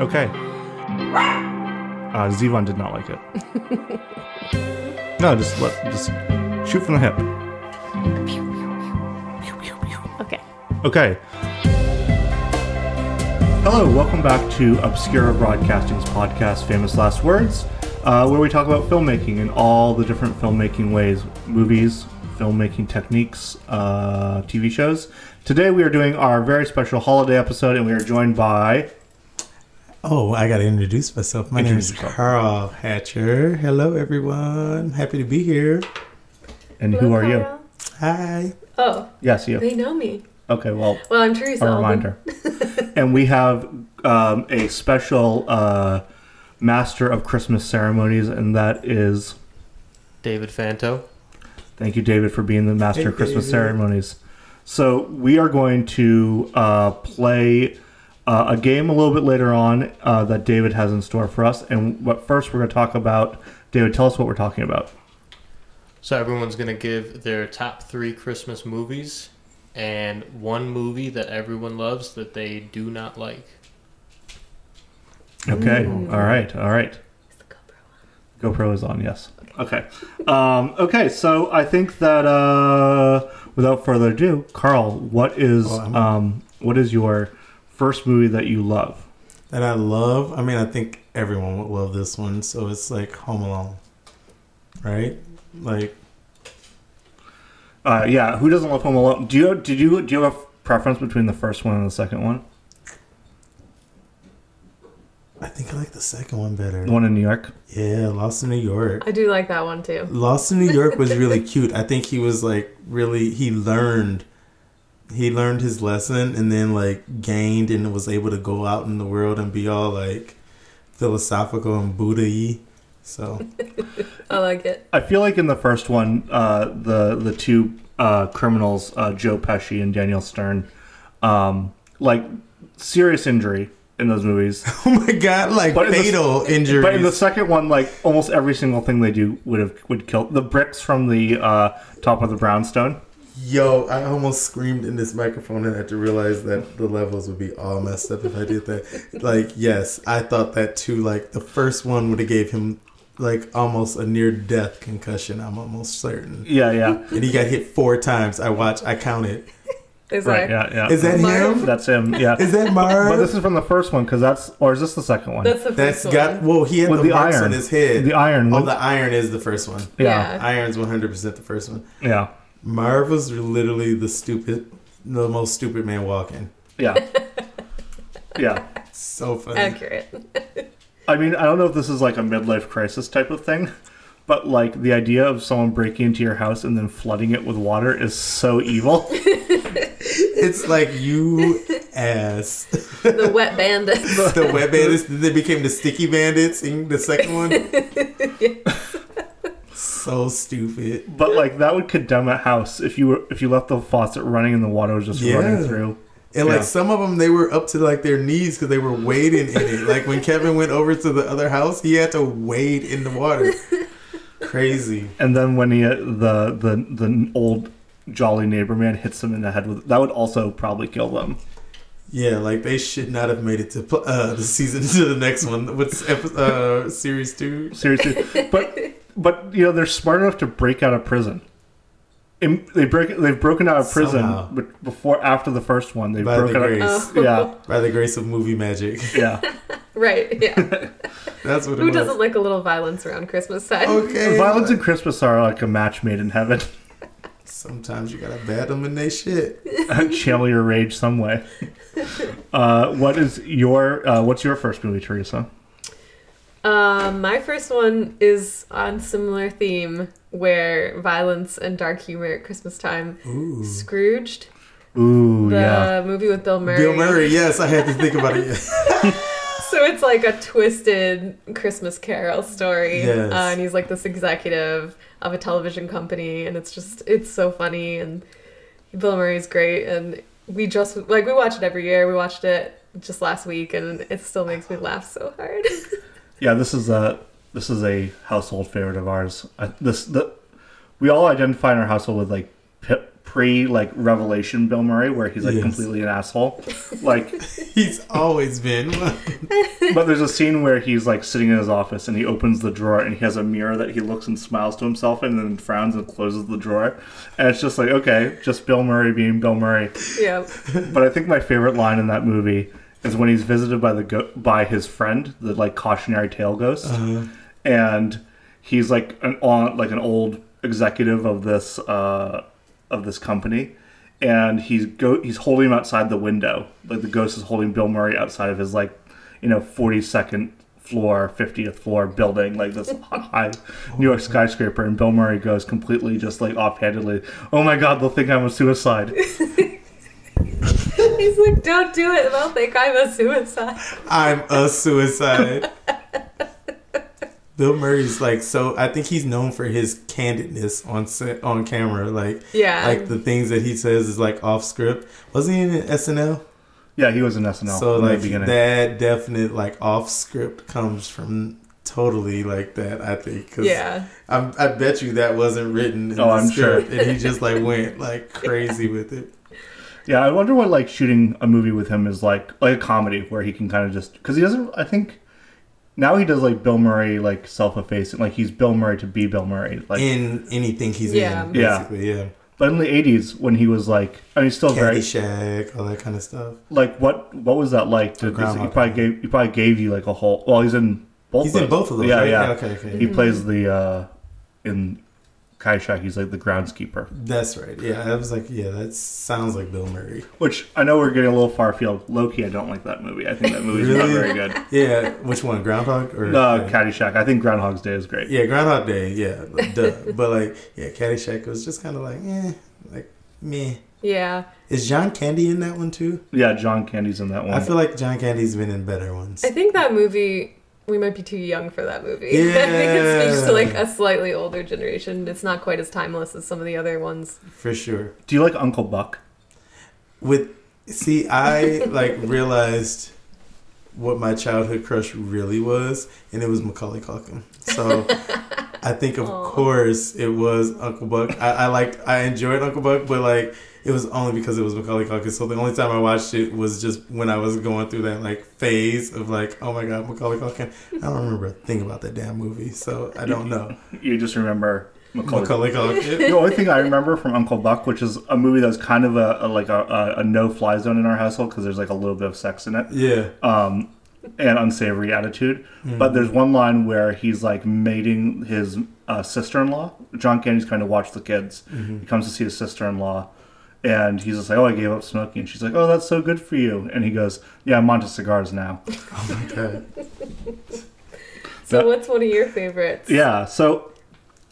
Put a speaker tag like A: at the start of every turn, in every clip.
A: Okay. Uh, Zevon did not like it. no, just let just shoot from the hip.
B: Okay.
A: Okay. Hello, welcome back to Obscura Broadcasting's podcast, Famous Last Words, uh, where we talk about filmmaking and all the different filmmaking ways movies, filmmaking techniques, uh, TV shows. Today we are doing our very special holiday episode, and we are joined by.
C: Oh, I got to introduce myself. My name is
A: Introduce yourself.
C: Carl Hatcher. Hello, everyone. Happy to be here.
A: And who are you?
C: Hi.
B: Oh,
A: Yes, you.
B: they know me.
A: Okay, well,
B: Well, I'm Teresa.
A: a
B: I'll be-
A: reminder. and we have um, a special uh, master of Christmas ceremonies, and that is
D: David Fanto.
A: Thank you, David, for being the master
C: Hey,
A: of Christmas
C: David.
A: ceremonies. So we are going to uh, play uh, a game a little bit later on uh, that David has in store for us. And but first, we're going to talk about David. Tell us what we're talking about.
D: So everyone's gonna give their top three Christmas movies and one movie that everyone loves that they do not like.
A: Okay. All right. All right.
B: It's the GoPro.
A: GoPro is on. Yes. Okay. Um, okay. So I think that uh, without further ado, Carl, what is
C: Oh, I'm-
A: um, what is your first movie that you love?
C: That I love. I mean, I think everyone would love this one. So it's like Home Alone, right? Like,
A: Uh, yeah, who doesn't love Home Alone? Do you did you do you have a preference between the first one and the second one?
C: I think I like the second one better.
A: The one in New York.
C: Yeah, Lost in New York.
B: I do like that one too.
C: Lost in New York was really cute. I think he was like really he learned he learned his lesson and then like gained and was able to go out in the world and be all like philosophical and Buddha y. So
B: I like it.
A: I feel like in the first one, uh, the the two uh, criminals, uh, Joe Pesci and Daniel Stern, um, like serious injury in those movies.
C: Oh my god, like
A: But in the-
C: fatal injuries.
A: But in the second one, like almost every single thing they do would have would kill the bricks from the uh, top of the brownstone.
C: Yo, I almost screamed in this microphone and had to realize that the levels would be all messed up if I did that. Like, yes, I thought that too. Like, the first one would have gave him like almost a near death concussion. I'm almost certain.
A: Yeah, yeah,
C: and he got hit four times. I watched. I counted.
B: It's
A: right,
B: like
A: yeah, yeah.
C: Is that
B: Marv?
C: him?
A: That's him. Yeah.
C: Is that
A: But this
C: Marv?
A: is from the first one because that's or is this the second one?
B: that's the 1st
C: That's
B: one.
C: got. Well, he had
A: With
C: the,
A: the
C: marks
A: iron.
C: on his head.
A: The iron
C: Oh,
A: with-
C: the iron is the first one.
A: yeah,
C: Iron's 100 percent the first one.
A: yeah,
C: Marv was literally the stupid, the most stupid man walking.
A: yeah, yeah.
C: So funny.
B: accurate.
A: I mean, I don't know if this is like a midlife crisis type of thing, but like the idea of someone breaking into your house and then flooding it with water is so evil.
C: It's like you ass.
B: The wet bandits.
C: the wet bandits. Then they became the sticky bandits in the second one. so stupid.
A: but like that would condemn a house if you were if you left the faucet running and the water was just running
C: Yeah.
A: through.
C: And like
A: Yeah.
C: some of them, they were up to like their knees because they were wading in it. Like when Kevin went over to the other house, he had to wade in the water. Crazy.
A: And then when he, uh, the the the old jolly neighbor man hits him in the head with that would also probably kill them.
C: Yeah, like they should not have made it to pl- uh, the season to the next one. What's epi- uh, series two?
A: Seriously, but but you know they're smart enough to break out of prison. And they break they've broken out of prison
C: Somehow.
A: be- before after the first one they
C: By
A: broke
C: the
A: out.
C: grace,
A: Of,
B: Oh.
A: yeah,
C: by the grace of movie magic.
A: yeah.
B: right. Yeah.
C: That's what it
B: Who
C: was.
B: doesn't like a little violence around Christmas time?
C: Okay.
A: Violence and Christmas are like a match made in heaven.
C: Sometimes you gotta bat them in they shit.
A: Channel your rage some way. Uh, what is your uh, what's your first movie, Teresa?
B: Um, my first one is on similar theme where violence and dark humor at Christmas time.
C: Ooh.
B: Scrooged,
A: Ooh,
B: the
A: yeah.
B: movie with Bill Murray.
C: Bill Murray. Yes, I had to think about it.
B: So it's like a twisted Christmas Carol story,
C: Yes.
B: uh, and he's like this executive of a television company, and it's just it's so funny, and Bill Murray's great, and we just like we watch it every year. We watched it just last week, and it still makes me laugh so hard.
A: Yeah, this is a this is a household favorite of ours. I, this the we all identify in our household with like Pip, pre like revelation Bill Murray where he's like
C: Yes.
A: completely an asshole. Like
C: He's always been.
A: but there's a scene where he's like sitting in his office and he opens the drawer and he has a mirror that he looks and smiles to himself in and then frowns and closes the drawer. And it's just like, okay, just Bill Murray being Bill Murray.
B: Yeah.
A: But I think my favorite line in that movie is when he's visited by the go- by his friend, the like cautionary tale ghost, and he's like an on like an old executive of this uh, of this company, and he's go he's holding him outside the window, like the ghost is holding Bill Murray outside of his like you know forty second floor, fiftieth floor building, like this high New York skyscraper, and Bill Murray goes completely just like offhandedly, oh my god, they'll think I'm a suicide.
B: He's like, don't do it. They'll think I'm a suicide.
C: I'm a suicide. Bill Murray's like so. I think he's known for his candidness on set, on camera. Like,
B: Yeah.
C: like the things that he says is like off script. Wasn't he in SNL?
A: Yeah, he was in SNL
C: so
A: in
C: like
A: the beginning.
C: that definite like off script comes from totally like that. I think. 'cause
B: Yeah.
C: I'm, I bet you that wasn't written in
A: Oh,
C: the
A: I'm
C: script, and he just like went like crazy with it.
A: yeah, I wonder what like shooting a movie with him is like, like a comedy where he can kind of just because he doesn't. I think now he does like Bill Murray like self-effacing, like he's Bill Murray to be Bill Murray. Like,
C: In anything he's
B: Yeah.
C: in,
A: Yeah.
C: basically, yeah.
A: but in the '80s when he was like, I mean, he's still very
C: Caddyshack, all that kind of stuff.
A: like what what was that like? To, 'cause he
C: Groundhog
A: probably
C: Day.
A: gave he probably gave you like a whole. Well, he's in both.
C: He's in both of those.
A: Yeah,
C: right?
A: yeah.
C: Okay, okay.
A: He plays the uh in Kaishak. He's like the groundskeeper.
C: That's right. Yeah, I was like, yeah, that sounds like Bill Murray.
A: Which I know we're getting a little far afield. Loki, I don't like that movie. I think that movie's not
C: Really?
A: very good.
C: Yeah, which one, Groundhog or?
A: No,
C: yeah.
A: Caddyshack. I think Groundhog's Day is great.
C: yeah, Groundhog Day. Yeah, duh. but like, yeah, Caddyshack was just kind of like, eh, like meh.
B: Yeah.
C: Is John Candy in that one too?
A: Yeah, John Candy's in that one.
C: I feel like John Candy's been in better ones.
B: I think that movie, we might be too young for that movie. I think it speaks
C: Yeah.
B: to like a slightly older generation. It's not quite as timeless as some of the other ones.
C: For sure.
A: Do you like Uncle Buck?
C: With see, I like realized what my childhood crush really was, and it was Macaulay Culkin. So I think, of
B: Aw.
C: course, it was Uncle Buck. I, I like, I enjoyed Uncle Buck, but like, it was only because it was Macaulay Culkin. So the only time I watched it was just when I was going through that like phase of like, oh my god, Macaulay Culkin. I don't remember a thing about that damn movie, so I don't know
A: You just remember Macaulay.
C: Macaulay Culkin.
A: The only thing I remember from Uncle Buck, which is a movie that was kind of a, a like a, a, a no fly zone in our household because there's like a little bit of sex in it
C: Yeah.
A: um, and unsavory attitude.
C: Mm.
A: But there's one line where he's like mating his uh, sister in law. John Candy's kind of watch the kids.
C: Mm-hmm.
A: He comes to see his sister in law. And he's just like, oh, I gave up smoking. And she's like, oh, that's so good for you. And he goes, yeah, I'm onto cigars now.
C: Oh my god.
B: So,
A: That-
B: what's one of your favorites?
A: Yeah, so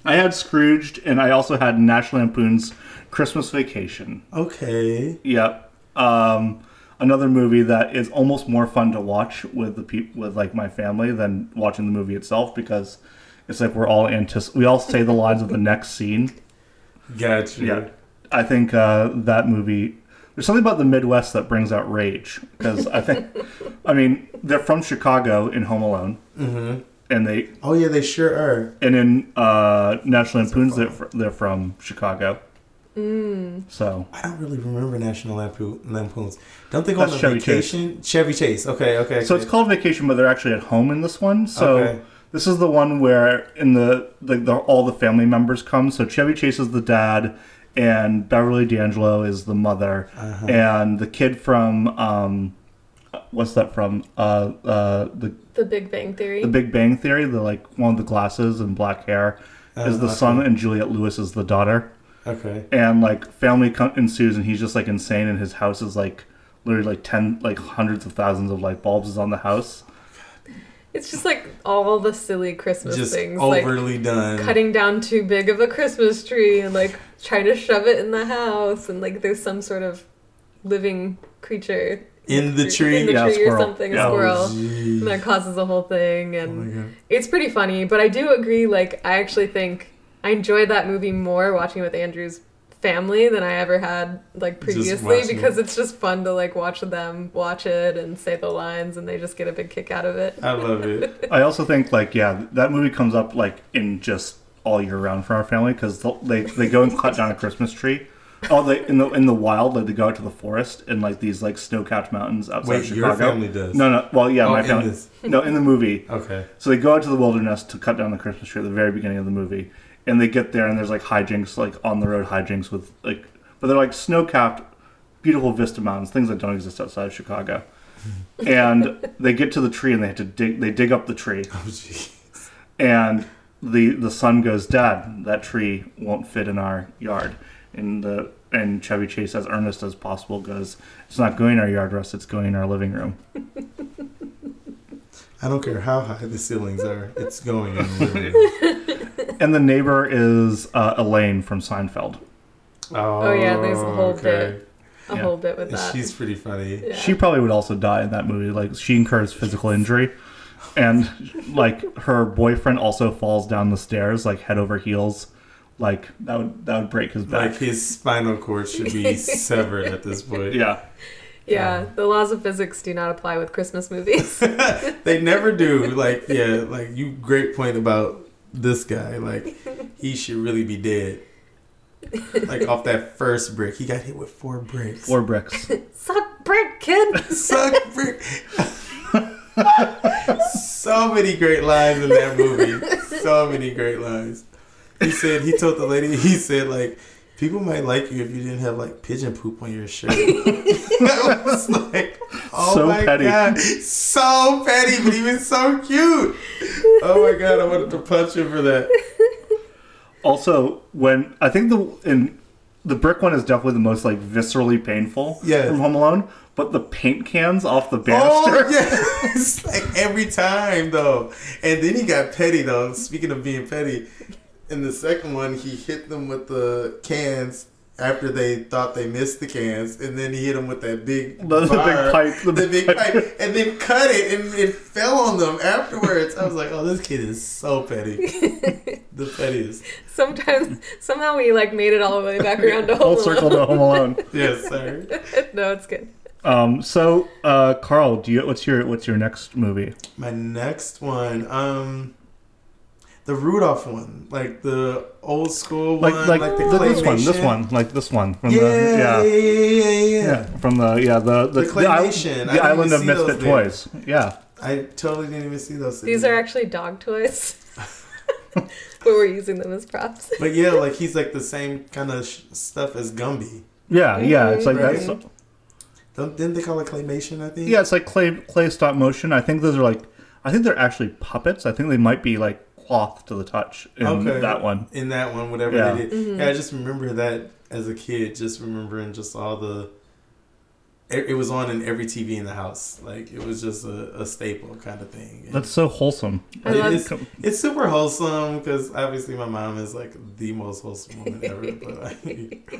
A: I had Scrooged, and I also had National Lampoon's Christmas Vacation.
C: Okay.
A: Yep. Um, another movie that is almost more fun to watch with the peop with like my family than watching the movie itself because it's like we're all antici- we all say the lines of the next scene.
C: Gotcha.
A: Yeah, I think uh, that movie. There's something about the Midwest that brings out rage because I think, I mean, they're from Chicago in Home Alone, and they
C: Oh yeah, they sure are.
A: and in uh, National Lampoon's, they're, fr- they're from Chicago. Mm. So
C: I don't really remember National Lampo- Lampoons. Don't they go
A: That's
C: on a
A: Chevy Chase.
C: vacation? Chevy Chase. Okay, okay.
A: So it's
C: okay.
A: called Vacation, but they're actually at home in this one. So
C: Okay.
A: this is the one where in the, the, the all the family members come. So Chevy Chase is the dad, and Beverly D'Angelo is the mother, and the kid from um, what's that from? Uh, uh, the
B: The Big Bang Theory.
A: The Big Bang Theory. The like one with the glasses and black hair is the son, and Juliet Lewis is the daughter
C: Okay.
A: and like family co- ensues and he's just like insane and his house is like literally like 10 like hundreds of thousands of light bulbs is on the house
B: it's just like all the silly Christmas
C: Just
B: things. Like
C: overly done.
B: cutting down too big of a Christmas tree and like trying to shove it in the house. And like there's some sort of living creature
C: in the
B: in
C: tree. Oh,
B: the
A: Yeah,
B: tree or
A: squirrel.
B: something,
A: Yeah. Oh,
B: a squirrel.
C: Jeez.
B: And that causes a whole thing.
C: Oh
B: And
C: my god.
B: It's pretty funny, but I do agree. Like, I actually think I enjoyed that movie more watching it with Andrew's family than I ever had like
C: Just
B: previously
C: watching
B: because it's just fun to like watch them watch it and say the lines, and they just get a big kick out of it.
C: I love it.
A: i also think like yeah that movie comes up like in just all year round for our family because they, they go and cut down a christmas tree Oh, they in the in the wild, like they go out to the forest and like these like snow-capped mountains outside
C: Wait,
A: Chicago.
C: your family does?
A: No, no. Well, yeah,
C: Oh,
A: my
C: in
A: family.
C: this.
A: No, in the movie.
C: Okay.
A: So they go out to the wilderness to cut down the Christmas tree at the very beginning of the movie, and they get there and there's like hijinks, like on the road hijinks with like, but they're like snow capped, beautiful vista mountains, things that don't exist outside of Chicago. and they get to the tree and they have to dig. They dig up the tree,
C: Oh, gee.
A: and the the son goes, "Dad, that tree won't fit in our yard." And the and Chevy Chase, as earnest as possible, goes, "It's not going in our yard, Russ. It's going in our living room."
C: I don't care how high the ceilings are. It's going in the living room.
A: And the neighbor is uh, Elaine from Seinfeld.
B: Oh, yeah, there's a whole bit a
A: Yeah.
B: whole bit with
C: And
B: that.
C: She's pretty funny.
B: Yeah.
A: She probably would also die in that movie. Like she incurs physical injury, and like her boyfriend also falls down the stairs like head over heels. Like that would that would break his back.
C: Like his spinal cord should be severed at this point.
A: yeah,
B: yeah, the laws of physics do not apply with Christmas movies.
C: They never do. Like yeah, like you great point about this guy. Like he should really be dead. Like off that first brick. He got hit with four bricks.
A: or bricks.
B: Suck brick, kid.
C: Suck brick. so many great lines in that movie. So many great lines. He said he told the lady he said like people might like you if you didn't have like pigeon poop on your shirt. I was like, oh
A: So
C: my
A: petty.
C: god, so petty, but he was so cute. Oh my god, I wanted to punch him for that.
A: also, when I think the in the brick one is definitely the most like viscerally painful
C: Yes.
A: from Home Alone. But the paint cans off the banister.
C: Oh yes, like every time though. And then he got petty though. Speaking of being petty, in the second one, he hit them with the cans after they thought they missed the cans, and then he hit them with that big
A: The- the big
C: bar,
A: pipe, the
C: the,
A: big
C: big
A: pipe.
C: pipe. and then cut it, and it fell on them afterwards. I was like, oh, this kid is so petty, the pettiest.
B: Sometimes somehow we like made it all the way back around to
A: Full
B: Home
A: circle
B: Alone.
A: to Home Alone.
C: Yes, sir.
B: no, it's good.
A: Um, so, uh, Carl, do you what's your what's your next movie?
C: My next one, um, the Rudolph one, like the old school
A: Like
C: one,
A: like,
C: like,
A: the,
C: the
A: this one, this
C: claymation.
A: one, like this one from
C: Yeah,
A: the
C: yeah, yeah, yeah, yeah, yeah.
A: Yeah, from the yeah the the,
C: The claymation.
A: the,
C: I didn't
A: island
C: even
A: of
C: see those
A: misfit
C: there.
A: toys. Yeah,
C: I totally didn't even see those.
B: These are actually dog toys, but we're using them as props.
C: but yeah, like he's like the same kind of sh- stuff as Gumby.
A: yeah, yeah. It's like
C: Right.
A: that's
C: Don't, didn't they call it claymation? I think.
A: yeah, it's like clay clay stop motion. I think those are like I think they're actually puppets. I think they might be like cloth to the touch in
C: Okay.
A: that one.
C: In that one, whatever
A: Yeah.
C: they did. Yeah, I just remember that as a kid. Just remembering just all the. It, it was on in every TV in the house. Like it was just a, a staple kind of thing. And-
A: That's so wholesome.
B: I love-
C: it's, it's super wholesome because obviously my mom is like the most wholesome woman ever. But like,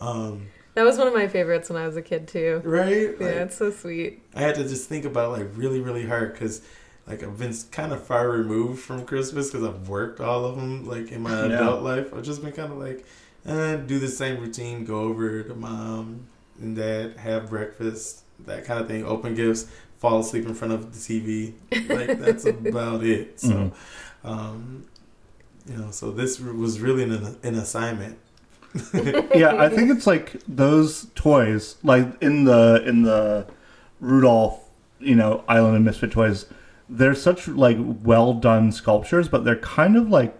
C: um,
B: That was one of my favorites when I was a kid too.
C: right?
B: Yeah,
C: Like,
B: it's so sweet.
C: I had to just think about like really, really hard because like I've been kind of far removed from Christmas because I've worked all of them like in my
A: Yeah.
C: adult life. I've just been kind of like eh, do the same routine, go over to mom and dad, have breakfast, that kind of thing, open gifts, fall asleep in front of the TV. Like that's about it. So,
A: Mhm.
C: um, you know, so this was really an, an assignment.
A: yeah, I think it's like those toys, like in the in the Rudolph, you know, Island of Misfit Toys. They're such like well done sculptures, but they're kind of like.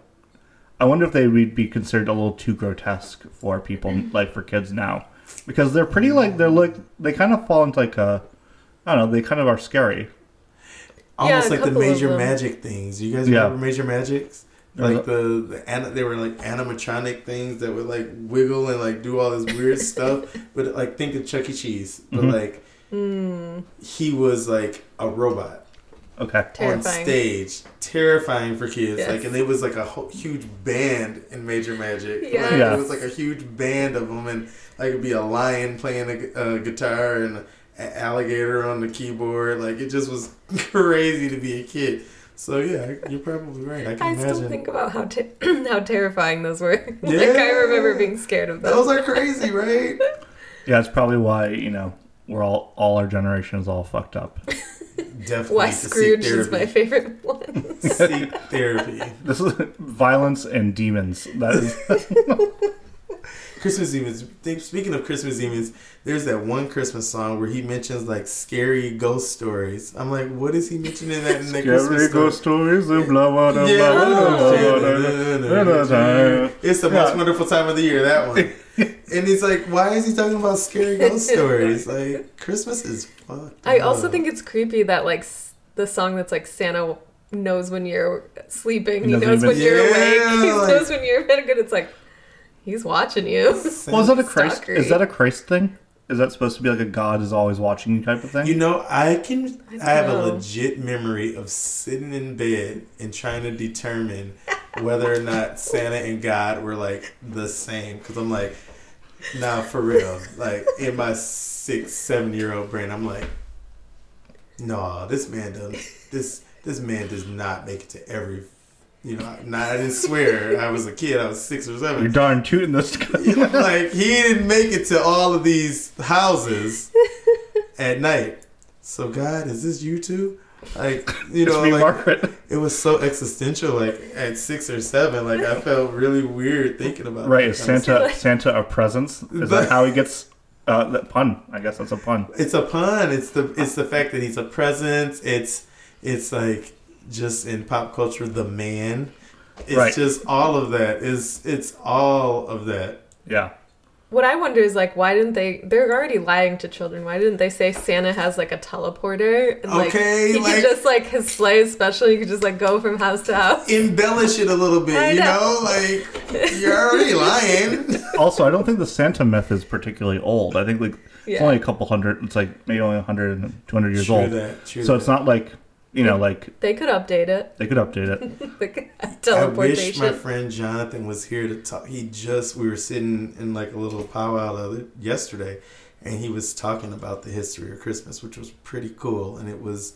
A: I wonder if they would be considered a little too grotesque for people, like for kids now, because they're pretty like they're like they kind of fall into like a, I don't know, they kind of are scary.
C: almost
B: a
C: like the
B: couple of
C: major
B: them.
C: magic things. You guys
A: Yeah.
C: remember major magics?
A: There's
C: Like the, the ana- they were like animatronic things that would like wiggle and like do all this weird stuff. But like think of Chuck E. Cheese, but
A: Mhm.
C: like
B: Hmm.
C: he was like a robot
A: Okay,
B: Terrifying.
C: on stage, terrifying for kids.
B: Yes.
C: Like and it was like a whole, huge band in Major Magic. Like,
B: Yes.
A: Yeah.
C: it was like a huge band of them, and like it'd be a lion playing a, gu- a guitar and an alligator on the keyboard. Like it just was crazy to be a kid. So yeah, you're probably right. I can
B: I
C: imagine.
B: still think about how te- how terrifying those were.
C: Yeah.
B: like I remember being scared of them.
C: Those are crazy, right?
A: yeah, it's probably why you know we're all all our generation is all fucked up.
C: Definitely.
B: Why
C: to seek
B: Scrooge is my
C: therapy.
B: favorite one.
C: Seek therapy.
A: This is violence and demons. That is
C: Christmas demons. They, speaking of Christmas demons, there's that one Christmas song where he mentions like scary ghost stories. I'm like, what is he mentioning that in that
A: Scary
C: Christmas story?
A: ghost stories and blah blah blah
C: Yeah.
A: blah, blah, blah, blah, blah, blah, blah.
C: It's the most wonderful time of the year, that one. and he's like, why is he talking about scary ghost stories? Like, Christmas is fucked.
B: I
C: up.
B: also think it's creepy that like s- the song that's like Santa knows when you're sleeping, he
A: He doesn't
B: knows
A: even-
B: when you're
C: Yeah,
B: awake, he
C: like-
B: knows when you're in good. It's like he's watching you.
A: Well, is that a Christ?
B: Stalkery.
A: Is that a Christ thing? Is that supposed to be like a God is always watching you type of thing?
C: You know, I can.
B: I don't
C: I, have
B: know.
C: a legit memory of sitting in bed and trying to determine whether or not Santa and God were like the same. Because I'm like, nah, for real. Like in my six, seven year old brain, I'm like, nah, this man does this. This man does not make it to every. You know, I- not I didn't swear. I was a kid. I was six or
A: You're
C: seven.
A: darn tooting this.
C: like he didn't make it to all of these houses at night. So God, is this you too? Like you
A: it's
C: know,
A: me,
C: like
A: Margaret.
C: it was so existential. Like at six or seven, like I felt really weird thinking about.
A: Right,
C: that
A: is
C: kind of
A: Santa Santa a presence? Is that how he gets uh, that pun? I guess that's a pun.
C: stuff. It's a pun. It's the it's the fact that he's a presence. It's it's like just in pop culture, the man. It's
A: Right.
C: just all of that. Is it's all of that.
A: Yeah,
B: What I wonder is like why didn't they? They're already lying to children. Why didn't they say Santa has like a teleporter? And, like,
C: Okay,
B: he
C: like-
B: could just like his sleigh is special. You could just like go from house to house.
C: embellish it a little bit,
B: I
C: you know?
B: know.
C: Like you're already lying.
A: also, I don't think the Santa myth is particularly old. I think like it's
B: Yeah.
A: only a couple hundred. It's like maybe only 100 and 200 years
C: True
A: old.
C: that, true
A: so it's
C: that.
A: not like you know, like
B: They could update it.
A: they could update it.
B: They could have
C: I wish
B: teleportation.
C: my friend Jonathan was here to talk. He just we were sitting in like a little powwow the other- yesterday, and he was talking about the history of Christmas, which was pretty cool. And it was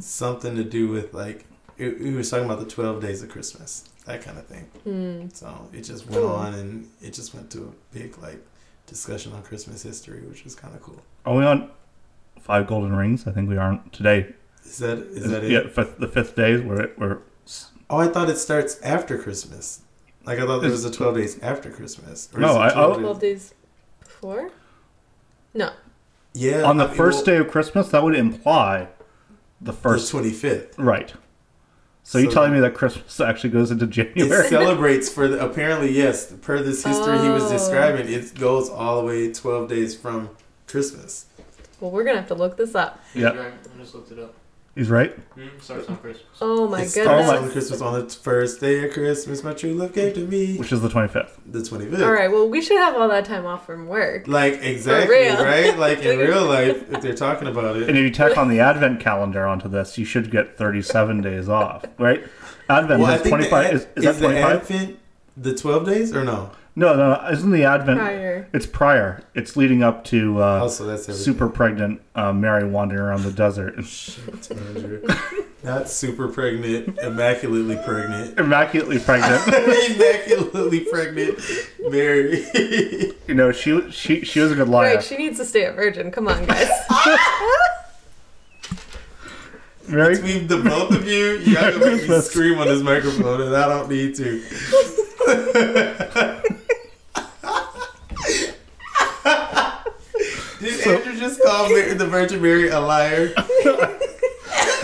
C: something to do with like it, we was talking about the twelve days of Christmas, that kind of thing. So it just went
B: Cool.
C: on, and it just went to a big like discussion on Christmas history, which was kind of cool.
A: Are we on five golden rings? I think we aren't today.
C: Is that is that it?
A: yeah, fifth, the fifth day where where
C: Oh, I thought it starts after Christmas. Like I thought there was a twelve days after Christmas. Or is
A: No,
C: it
A: I- oh,
C: 12
A: I-
B: Twelve
C: days-
B: days before. No,
C: yeah.
A: on the
C: I-
A: first
C: well,
A: day of Christmas that would imply the
C: the
A: first
C: twenty fifth.
A: right. So, you
C: So-
A: telling me that Christmas actually goes into
C: It
A: January?
C: celebrates for the, apparently yes, per this history he was
B: Oh.
C: describing, it goes all the way twelve days from Christmas.
B: well we're gonna have to look this up.
A: Yeah.
D: Right, I just looked it up.
A: He's right.
D: Mm, starts on Christmas.
B: Oh my
C: it starts
B: goodness!
C: on Christmas on the first day of Christmas. My true love gave to me
A: which is the 25th.
C: the twenty fifth.
B: All right, well we should have all that time off from work.
C: Like exactly
B: real.
C: right. Like in real life, if they're talking about
A: And
C: it,
A: if you tack on the Advent calendar onto this, you should get 37 days off, right? Advent
C: well, I
A: has
C: think
A: 25.
C: the,
A: is, is that
C: the
A: 25?
C: Advent the twelve days or no?
A: No, no, no, isn't the Advent?
B: Prior.
A: It's prior. It's leading up to uh,
C: Also, Oh, that's everything.
A: super pregnant uh, Mary wandering around the desert,
C: Shit, Andrew. Not super pregnant, immaculately pregnant.
A: immaculately pregnant.
C: immaculately pregnant, Mary.
A: you know, she she she was a good liar.
B: Right, she needs to stay a virgin. Come on, guys.
A: Mary,
C: Between the both of you, y'all gonna make me scream on this microphone, and I don't need to. Did Andrew just call Mary, the Virgin Mary a liar?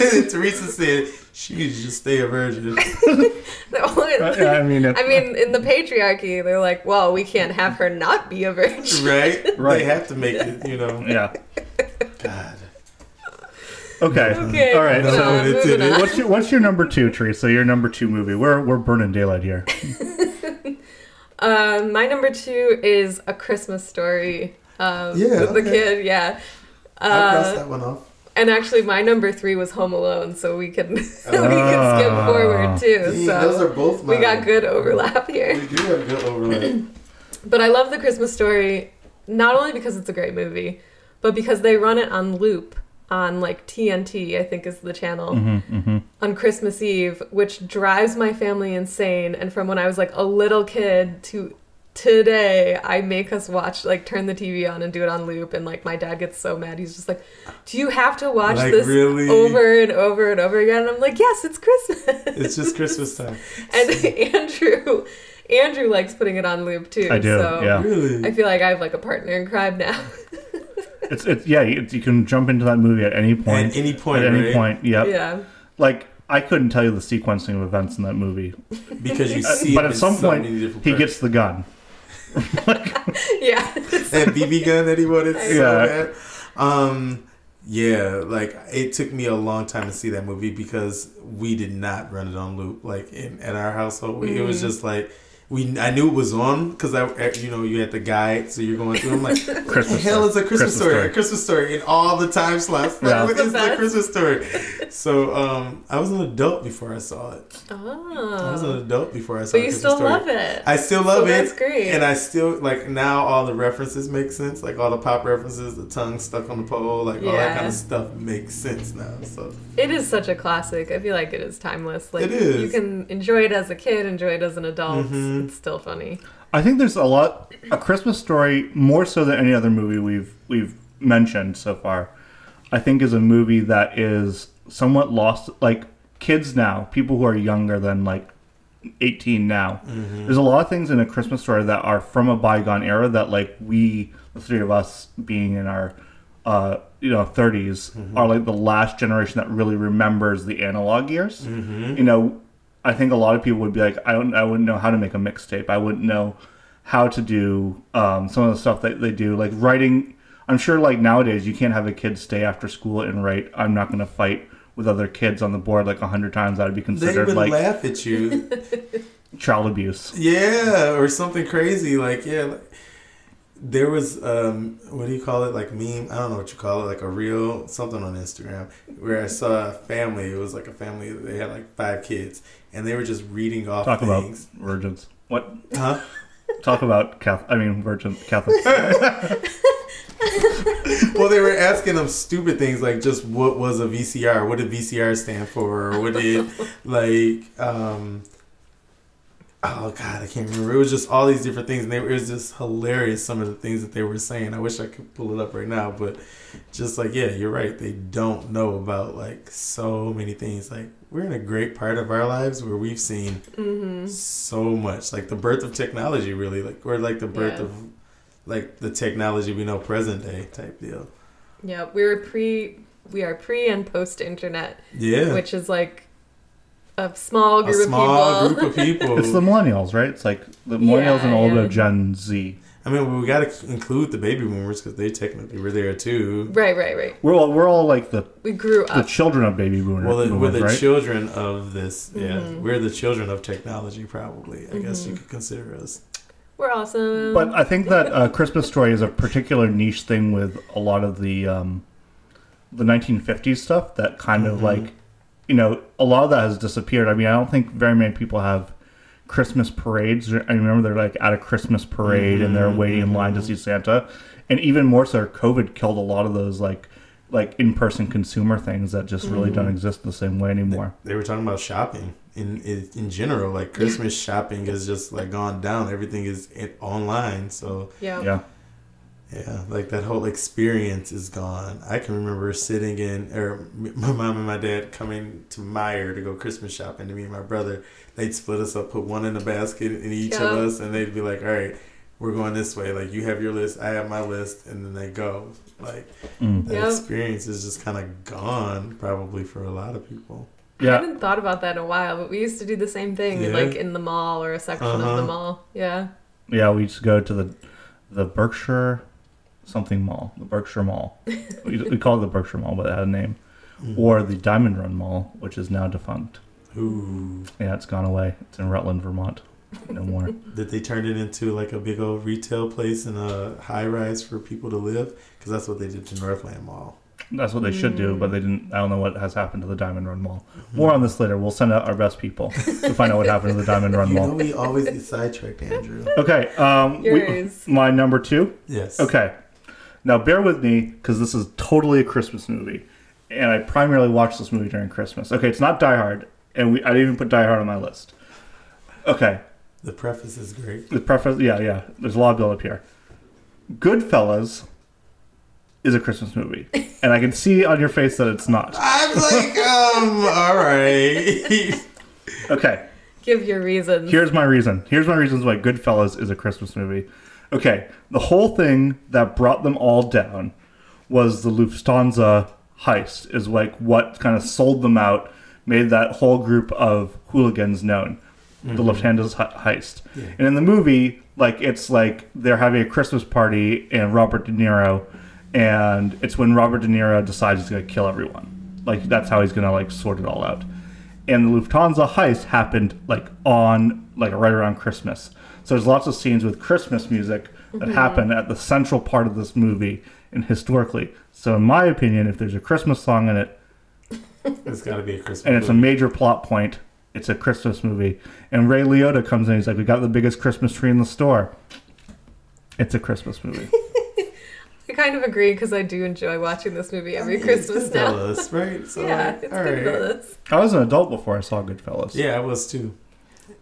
C: And Teresa said she needs to just stay a virgin.
A: yeah, I mean, it's,
B: I mean, in the patriarchy, they're like, well, we can't have her not be a virgin.
C: Right?
A: Right.
C: They have to make it, you know.
A: yeah.
C: God.
A: Okay.
B: Okay.
A: All right.
B: moving
A: So,
C: it
B: on, moving
C: did it.
B: on.
A: what's your what's your number two, Teresa? Your number two movie? We're we're burning daylight here.
B: Um, my number two is A Christmas Story. Um,
C: Yeah,
B: with the
C: okay.
B: kid, yeah.
C: I crossed
B: Uh,
C: that one off.
B: and actually, my number three was Home Alone, so we can we can skip
A: Ah.
B: forward too.
C: Dang,
B: so
C: those are both
B: we
C: mine.
B: got good overlap here.
C: We do have good overlap.
B: But I love the Christmas story not only because it's a great movie, but because they run it on loop on like TNT, I think is the channel,
C: Mm-hmm,
B: on Christmas Eve, which drives my family insane. And from when I was like a little kid to today, I make us watch, like turn the TV on and do it on loop. And like my dad gets so mad. He's just like, Do you have to watch
C: Like,
B: this
C: really?
B: over and over and over again? And I'm like, Yes, it's Christmas.
C: it's just Christmas time.
B: And Andrew Andrew likes putting it on loop too.
A: I do,
B: So
A: yeah.
C: Really?
B: I feel like I have like a partner in crime now.
A: It's it's yeah. You, you can jump into that movie at any point.
C: At any point,
A: At any
C: right?
A: point. Yep.
B: yeah.
A: Like I couldn't tell you the sequencing of events in that movie,
C: because you
A: Uh,
C: see.
A: but
C: it
A: at
C: in
A: some
C: so
A: point,
C: many different
A: he
C: parts.
A: gets the gun.
B: Yeah.
C: that BB gun that he wanted so
A: Yeah.
C: bad. Um, yeah, like it took me a long time to see that movie because we did not run it on loop. Like in at our household, We it
B: Mm.
C: was just like we. I knew it was on because I, I- you know, you had the guide, so you're going through. I'm like, what the
A: Christmas
C: hell
A: story.
C: is a Christmas,
A: Christmas
C: story?
A: story.
C: A Christmas story in all the time slots. Like,
A: Yeah.
C: what
B: The
C: is the
B: best.
C: Christmas story? So um, I was an adult before I saw it. I was an
B: oh.
C: adult before I saw.
B: But you
C: Christmas
B: still
C: story.
B: love it.
C: I still love
B: So
C: it.
B: that's great.
C: And I still like now all the references make sense. Like all the pop references, the tongue stuck on the pole, like all that
B: Yeah.
C: kind of stuff makes sense now. So
B: It is such a classic. I feel like it is timeless. Like
C: It is. Mm-hmm.
B: you can enjoy it as a kid, enjoy it as an adult. It's still funny.
A: I think there's a lot a Christmas story more so than any other movie we've we've mentioned so far. I think is a movie that is somewhat lost like kids now, people who are younger than like 18 now. There's a lot of things in a Christmas story that are from a bygone era that like we the three of us being in our uh, you know 30s
C: Mm-hmm.
A: are like the last generation that really remembers the analog years.
C: Mm-hmm.
A: You know, I think a lot of people would be like, I don't, I wouldn't know how to make a mixtape. I wouldn't know how to do um, some of the stuff that they do, like writing. I'm sure, like nowadays, you can't have a kid stay after school and write. I'm not going to fight with other kids on the board like a hundred times. That would be
C: they
A: considered
C: would
A: like
C: laugh at you,
A: child abuse.
C: yeah, or something crazy. Like yeah, like, there was um, what do you call it? Like meme? I don't know what you call it. Like a real something on Instagram where I saw a family. It was like a family. They had like five kids, and they were just reading off
A: Talk about
C: things.
A: virgins. What?
C: Huh?
A: Talk about Catholic. I mean, virgin Catholics.
C: well, they were asking them stupid things like just what was a VCR? What did VCR stand for? Or what did like um oh god, I can't remember. It was just all these different things, and they, it was just hilarious. Some of the things that they were saying. I wish I could pull it up right now, but just like yeah, you're right. They don't know about like so many things. Like we're in a great part of our lives where we've seen
B: hmm
C: so much like the birth of technology really like or like the birth
B: Yeah.
C: of like the technology we know present day type deal
B: Yeah, we were pre, we are pre and post internet,
C: yeah
B: which is like a small
C: a
B: group
C: small
B: of people.
C: group of people
A: it's the millennials, right? It's like the millennials and
B: Yeah,
A: older
B: yeah.
A: Gen Z.
C: i mean we got to include the baby boomers because they technically were there too
B: right, right, right.
A: We're all we're all like the
B: We grew
A: the
B: up.
A: children of baby boomer.
C: well the, we're
A: boomers,
C: the
A: right?
C: children of this yeah we're the children of technology probably i guess you could consider us
B: We're awesome.
A: But I think that uh, Christmas Story is a particular niche thing with a lot of the um, the 1950s stuff that kind of like you know a lot of that has disappeared. I mean, I don't think very many people have Christmas parades. I remember they're like at a Christmas parade and they're waiting in line to see Santa, and even more so, COVID killed a lot of those like like in person consumer things that just really don't exist the same way anymore.
C: they were talking about shopping in in, in general like christmas shopping is just like gone down everything is in, online so
B: yeah.
A: Yeah,
C: Yeah, like that whole experience is gone. I can remember sitting in, or m- my mom and my dad coming to Meyer to go Christmas shopping to me and my brother. They'd split us up, put one in a basket in each
B: Yeah.
C: of us, and they'd be like, all right, we're going this way. Like, you have your list, I have my list, and then they go. Like,
A: Mm.
C: that
B: Yeah.
C: experience is just kind of gone, probably for a lot of people.
B: I
A: yeah.
B: haven't thought about that in a while, but we used to do the same thing,
C: Yeah.
B: like in the mall or a section of
C: Uh-huh.
B: the mall. Yeah.
A: Yeah, we used to go to the the Berkshire something mall, the Berkshire Mall. we, we called it the Berkshire Mall, but it had a name. Or the Diamond Run Mall, which is now defunct.
C: Mm. Ooh.
A: Yeah, it's gone away. It's in Rutland, Vermont. No more.
C: Did they turn it into like a big old retail place and a high rise for people to live? Because that's what they did to Northland Mall.
A: That's what they should do, but they didn't. I don't know what has happened to the Diamond Run Mall. More on this later. We'll send out our best people to find out what happened to the Diamond Run
C: You know,
A: Mall.
C: we always get sidetracked, Andrew.
A: Okay, um, we-
B: Yours.
A: my number two.
C: Yes.
A: Okay. Now bear with me because this is totally a Christmas movie, and I primarily watch this movie during Christmas. Okay, it's not Die Hard, and we, I didn't even put Die Hard on my list. Okay,
C: The preface is great.
A: the preface, yeah, yeah. There's a lot of build up here. Goodfellas is a Christmas movie, and I can see on your face that it's not.
C: I'm like, um, all right.
A: Okay,
B: Give your reasons.
A: Here's my reason. Here's my reasons why Goodfellas is a Christmas movie. Okay, the whole thing that brought them all down was the Lufthansa heist. Is like what kind of sold them out, made that whole group of hooligans known. The Lufthansa's he- heist, and in the movie, like it's like they're having a Christmas party and Robert De Niro, and it's when Robert De Niro decides he's gonna kill everyone. Like that's how he's gonna like sort it all out and the Lufthansa heist happened like on like right around Christmas. So there's lots of scenes with Christmas music that happen at the central part of this movie and historically. So in my opinion, if there's a Christmas song in it
C: It's got to be a Christmas.
A: and it's a major plot point, it's a Christmas movie. And Ray Liotta comes in, he's like, "We got the biggest Christmas tree in the store." It's a Christmas movie.
B: I kind of agree because I do enjoy watching this movie every Christmas now.
C: Goodfellas, right? So,
B: Yeah,
C: like,
B: it's
C: all right.
B: Goodfellas.
A: I was an adult before I saw Goodfellas.
C: Yeah, I was too.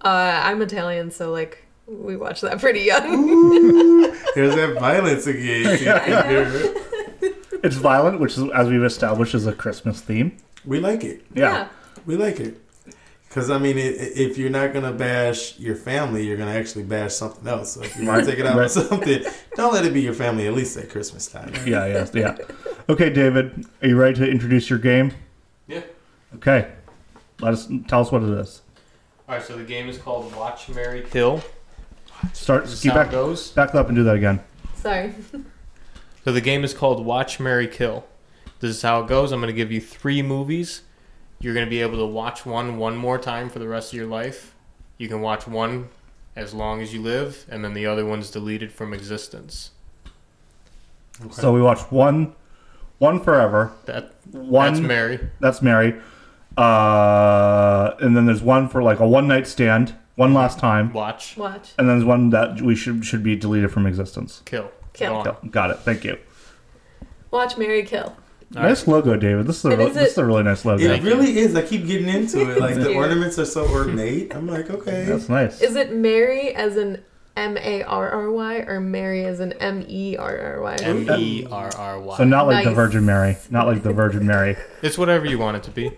B: Uh, I'm Italian, so like we watched that pretty young.
C: There's that violence again.
A: It's violent, which is as we've established is a Christmas theme.
C: We like it.
A: Yeah.
C: We like it. Because, I mean, i if you're not going to bash your family, you're going to actually bash something else. So if you want
A: Right,
C: to take it out on
A: right.
C: something, don't let it be your family, at least at Christmas time.
A: Yeah, yeah, yeah. Okay, David, are you ready to introduce your game?
D: Yeah.
A: Okay. Let us tell us what it is.
D: All right. So the game is called Watch Mary Kill.
A: Start
D: As the
A: keep
D: sound
A: back
D: goes.
A: back up and do that again.
B: Sorry.
D: So the game is called Watch Mary Kill. This is how it goes. I'm going to give you three movies. You're going to be able to watch one one more time for the rest of your life. You can watch one as long as you live, and then the other one's deleted from existence.
C: Okay.
A: So we watched one one forever.
D: That
A: One
D: that's Mary.
A: that's Mary. Uh and then there's one for like a one night stand, one last time.
D: Watch
B: Watch.
A: And then there's one that we should should be deleted from existence.
D: kill.
B: Kill.
D: Go on.
A: Okay, Got it. Thank you.
B: Watch Mary Kill.
A: nice logo, David. This is a
B: And
A: real,
B: is
A: this
B: it-
A: is a really nice logo.
C: It
D: Thank you.
C: really is. I keep getting into it. Like, the
B: Yeah.
C: ornaments are so ornate. I'm like, okay.
A: That's nice.
B: Is it Mary as in M A R R Y or Mary as in M E R R Y?
D: M E R R Y.
A: so not like the
B: Nice.
A: Virgin Mary. Not like the Virgin Mary.
D: It's whatever you want it to be.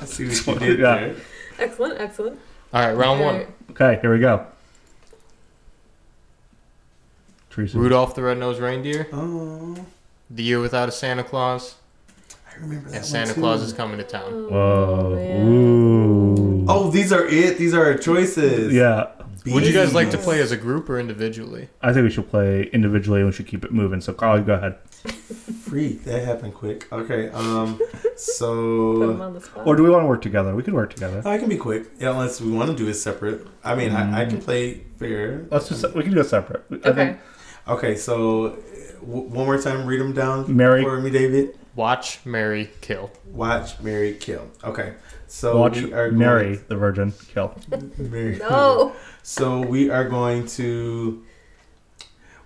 C: I see what you did
A: Yeah.
C: there.
B: Excellent, excellent.
D: All right, round one.
A: Okay, here we go. Teresa.
D: Rudolph the Red-Nosed Reindeer,
C: Oh,
D: The Year Without a Santa Claus,
C: I remember that
D: and
C: one
D: Santa
C: too.
D: Claus is Coming to Town.
A: Whoa.
B: man.
A: Ooh.
C: Oh, these are it. These are our choices.
A: Yeah.
C: Oh.
D: Would you guys like to
C: Bees.
D: play as a group or individually?
A: I think we should play individually and we should keep it moving. So, Carl, you go ahead.
C: Freak, that happened quick. Okay, um,
B: Put him
C: so
B: on the spot.
A: Or do we want to work together? We could work together.
C: I can be quick. Yeah, unless we want to do it separate. I mean, I, I
A: Mm-hmm.
C: can play fair.
A: Let's just, we can do it separate. I
B: okay.
A: think
C: Okay, so uh, w- one more time, read them down
A: Mary-
C: for me, David.
D: Watch, Mary, kill.
C: Watch, Mary, kill. Okay, so
A: watch
C: we are
A: Mary, the Virgin, kill.
C: Going, Mary.
B: No.
C: So we are going to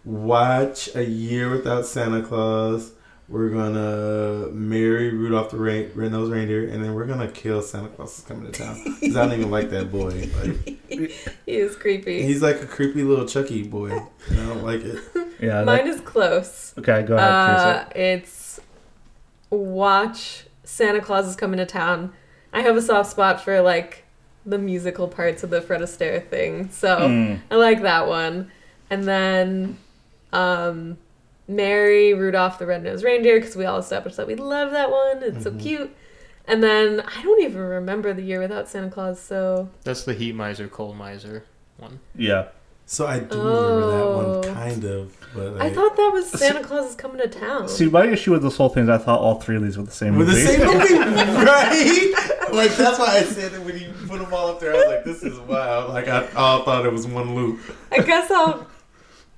C: watch A Year Without Santa Claus. We're gonna marry Rudolph the Rain- Red-Nosed Reindeer, and then we're gonna kill Santa Claus is coming to town. 'Cause I don't even like that boy. Like,
B: He is creepy.
C: he's like a creepy little Chucky boy, and I don't like it.
A: Yeah. that-
B: Mine is close.
A: okay, go ahead,
B: Uh,
A: Teresa.
B: it's watch Santa Claus is coming to town. I have a soft spot for like the musical parts of the Fred Astaire thing, so
A: Mm.
B: I like that one. And then um, Mary Rudolph the Red-Nosed Reindeer because we all established that we love that one. It's
A: Mm-hmm.
B: so cute. And then I don't even remember the year without Santa Claus, so
D: That's the heat miser, cold miser one.
A: Yeah.
C: So I do
B: Oh.
C: remember that one, kind of. But
B: I
C: like,
B: thought that was Santa Claus is coming to town.
A: See, my issue with this whole thing is I thought all three of these were the same
C: with the
A: movie.
C: same movie, right? Like that's why I said that when you put them all up there, I was like, "This is wild." Like I all thought it was one loop.
B: I guess I'll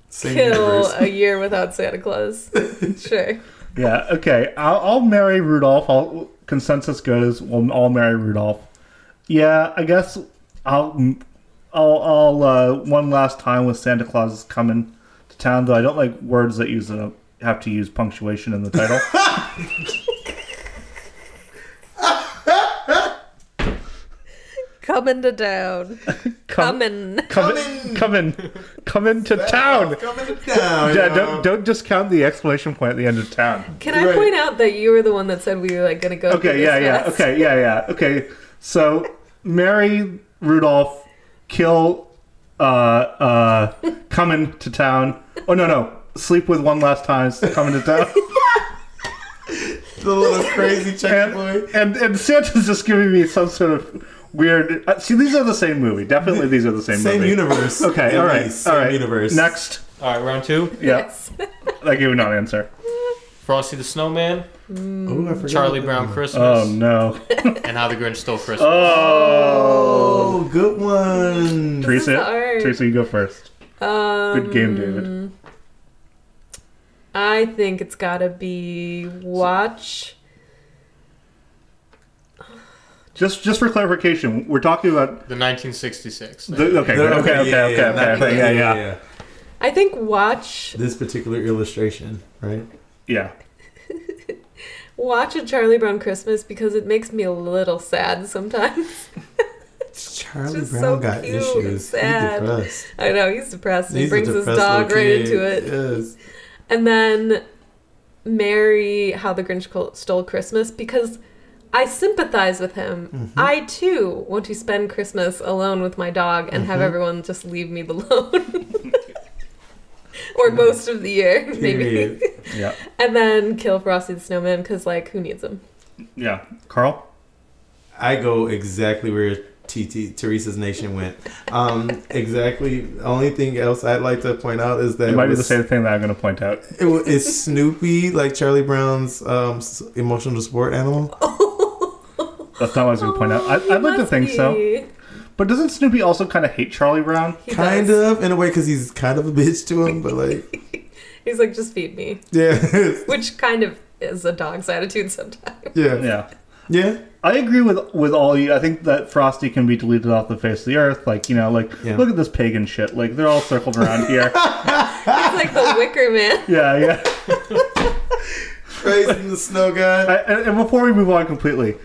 C: Same
B: kill
C: universe.
B: a year without Santa Claus. Sure.
A: Yeah, okay. I'll, I'll marry Rudolph. I'll, consensus goes, we'll all marry Rudolph. Yeah, I guess I'll, mm, I'll, I'll uh, one last time with Santa Claus is coming to town. Though I don't like words that use uh, have to use punctuation in the title.
B: Coming to town.
A: Come,
B: Coming.
A: come, in, come in, come into town.
C: Coming down.
A: Yeah,
C: yo.
A: don't don't discount the exclamation point at the end of town.
B: Can I
C: Right.
B: point out that you were the one that said we were like gonna go? through
A: Okay,
B: this
A: yeah, yeah,
B: fast?
A: okay, yeah, yeah, okay. So marry Rudolph kill, uh, uh, coming to town. Oh no, no, sleep with one last time. Coming to town,
C: The little crazy checker boy.
A: and, and and Santa's just giving me some sort of weird. Uh, see, these are the same movie. Definitely, these are the same,
C: Same
A: movie.
C: universe.
A: Okay,
C: At
A: all right,
C: least,
A: all
C: same
A: right.
C: Universe.
A: Next,
D: All right, round two.
A: yeah,
B: Yes.
A: I gave an answer.
D: Frosty the Snowman,
C: Ooh, Oh, I forgot
D: Charlie
C: about
D: Brown
C: that.
D: Christmas,
A: Oh no. Uh,
D: and How the Grinch Stole Christmas.
A: Oh.
C: Oh, good one.
B: This is
A: Teresa,
B: hard.
A: Teresa, you go first.
B: Um,
A: Good game, David.
B: I think it's gotta be watch.
A: Just, just for clarification, we're talking about
D: The 1966.
A: the, okay, okay, okay,
C: No, yeah,
A: okay,
C: yeah,
A: okay,
C: not that-
A: okay, yeah, yeah, yeah.
B: I think watch
C: This particular illustration, right?
B: watch a Charlie Brown Christmas because it makes me a little sad sometimes.
C: Charlie
B: Just
C: Brown
B: so
C: got
B: cute and
C: issues. He's
B: sad.
C: depressed.
B: I know he's depressed. and
C: He's a
B: he brings his
C: depressed
B: dog
C: little
B: right
C: kid.
B: into it,
C: Yes.
B: and then marry How the Grinch Col- Stole Christmas because I sympathize with him.
A: Mm-hmm.
B: I too want to spend Christmas alone with my dog and
A: Mm-hmm.
B: have everyone just leave me alone. Or most of the year, maybe.
C: Period.
A: yeah,
B: And then kill Frosty the Snowman because, like, who needs him?
A: yeah. Carl,
C: I go exactly where TT Teresa's nation went. Um, exactly. The Only thing else I'd like to point out is that
A: it might be the
C: was-
A: same thing that I'm going to point out.
C: It wa- it's Snoopy, like Charlie Brown's um, s- emotional support animal.
B: Oh,
A: That's not what I was going to point out. I, I'd like to think so. But doesn't Snoopy also kind of hate Charlie Brown?
C: Kind of, in a way, because he's kind of a bitch to him, but like,
B: He's like, just feed me,
C: yeah,
B: which kind of is a dog's attitude sometimes.
C: yeah,
A: Yeah.
C: yeah.
A: I agree with with all you. I think that Frosty can be deleted off the face of the earth. Like you know, like
C: Yeah.
A: look at this pagan shit. Like they're all circled around here.
B: He's like the Wicker Man.
A: yeah, yeah.
C: Praising the snow
A: I,
C: guy.
A: and, and before we move on completely,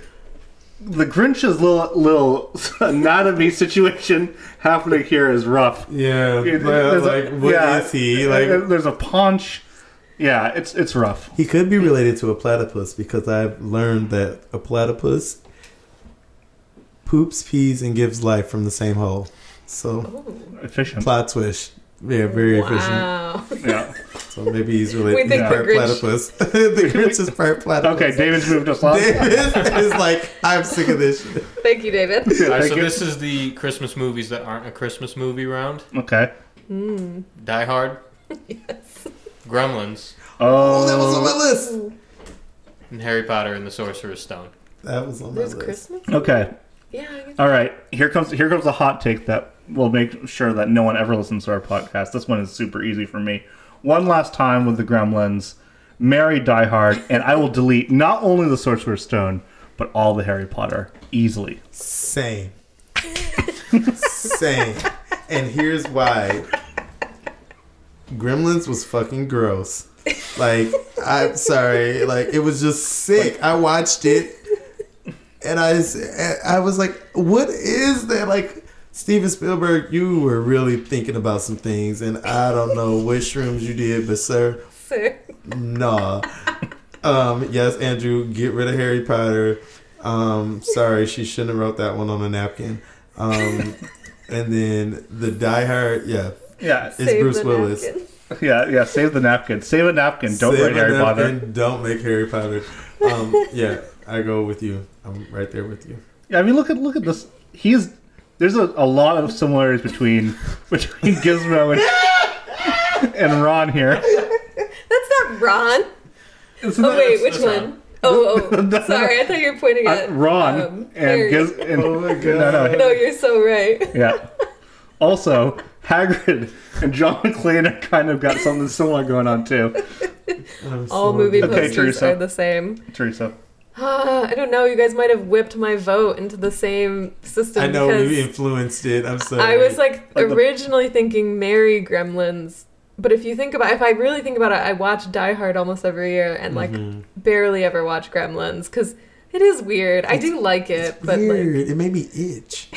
A: the Grinch's little little anatomy situation happening here is rough.
C: Yeah,
A: It- it-
C: but,
A: there's a-
C: like, what is
A: yeah,
C: he?
A: there-
C: Like,
A: there's a paunch. Yeah, it's it's rough.
C: he could be related to a platypus because I've learned that a platypus poops, pees, and gives life from the same hole. So,
B: Ooh,
A: Efficient.
C: plot twist. Yeah, very efficient.
B: wow.
A: Yeah.
C: So maybe he's related.
B: We think
C: he's
A: the
C: part
B: Grinch-
C: platypus. the Grinch is part platypus.
A: Okay, David's moved us along.
C: David is like, I'm sick of this shit.
B: Thank you, David.
A: Yeah,
D: All right,
A: thank
D: so
A: you.
D: this is the Christmas movies that aren't a Christmas movie round.
A: Okay.
D: Die Hard. yes. Gremlins
C: Oh, that was on my
A: Oh.
C: list.
D: and Harry Potter and the Sorcerer's Stone.
C: That was on my
B: There's
C: list.
B: Christmas?
A: Okay.
B: Yeah, I guess.
A: All right. Here comes here comes a hot take that will make sure that no one ever listens to our podcast. This one is super easy for me. One last time with the Gremlins, marry Die Hard, and I will delete not only the Sorcerer's Stone but all the Harry Potter easily.
C: Same. Same. And here's why. Gremlins was fucking gross. Like, I'm sorry. Like, it was just sick. I watched it, and I, s- I was like, "What is that?" Like, Steven Spielberg, you were really thinking about some things, and I don't know what shrooms you did, but sir,
B: Sir.
C: Nah. Um, yes, Andrew, get rid of Harry Potter. Um, sorry, she shouldn't have wrote that one on a napkin. Um, and then the Die Hard, yeah,
A: Yeah.
C: It's Bruce Willis.
B: napkin.
A: Yeah, yeah, save the napkin. Save a napkin. Don't
C: Save
A: write
C: a
A: Harry Potter.
C: napkin, Don't make Harry Potter. Um, yeah, I go with you. I'm right there with you.
A: Yeah, I mean, look at look at this. He's there's a, a lot of similarities between between Gizmo and and Ron here.
B: That's not Ron.
A: It's
B: Oh,
A: not-
B: wait, which
D: that's Ron.
B: one? Oh, oh. Sorry, I thought you were pointing
A: uh,
B: at
A: Ron
B: um, Harry.
A: and Giz and
C: Oh my
A: no, no,
B: No, you're so right.
A: yeah. Also, Hagrid and John McClane kind of got something similar going on too.
C: I'm
B: All
C: so
B: movie
C: good.
A: Okay,
B: posters
A: Teresa.
B: are the same.
A: Teresa,
B: Ah, I don't know. You guys might have whipped my vote into the same system.
C: I know
B: because
C: we influenced it. I'm sorry.
B: I was
A: Like
B: like,
A: the-
B: originally thinking Mary Gremlins, but if you think about, if I really think about it, I watch Die Hard almost every year and like
C: Mm-hmm.
B: barely ever watch Gremlins because it is weird. I do like it, but
C: weird.
B: like
C: it made me itch.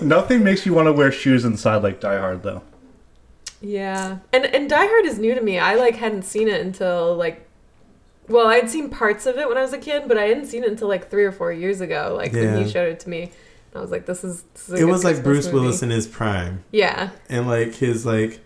A: nothing makes you want to wear shoes inside like Die Hard though.
B: yeah. And and Die Hard is new to me. I like hadn't seen it until like Well, I'd seen parts of it when I was a kid, but I hadn't seen it until like three or four years ago. Like when
C: Yeah.
B: you showed it to me, and I was like, "This is." This is a
C: it
B: good
C: was like
B: Christmas
C: Bruce Willis
B: movie.
C: in his prime,
B: Yeah,
C: and like his like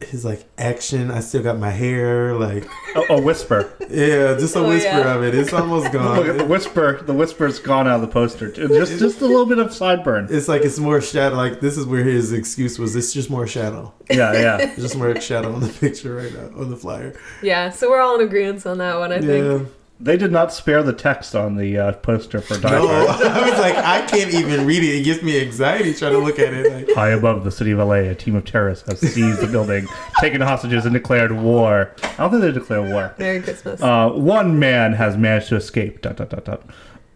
C: his like action. I still got my hair, like
A: Oh, oh whisper.
C: yeah, just a
B: Oh,
C: whisper
B: yeah.
C: of it. It's almost
A: Look at the
C: gone.
A: whisper. The whisper's gone out of the poster. too. Just just a little bit of sideburn.
C: It's like it's more shadow. Like this is where his excuse was. It's just more shadow.
A: Yeah, yeah.
C: It's just more shadow on the picture right now on the flyer.
B: yeah. So we're all in agreement on that one. I think.
A: They did not spare the text on the uh, poster for Die
C: No,
A: Hard.
C: I was like, I can't even read it. It gives me anxiety trying to look at it. Like,
A: High above the city of LA, a team of terrorists have seized the building, taken hostages, and declared war. I don't think they declare war.
B: Merry Christmas.
A: Uh, one man has managed to escape. Dot, dot, dot, dot.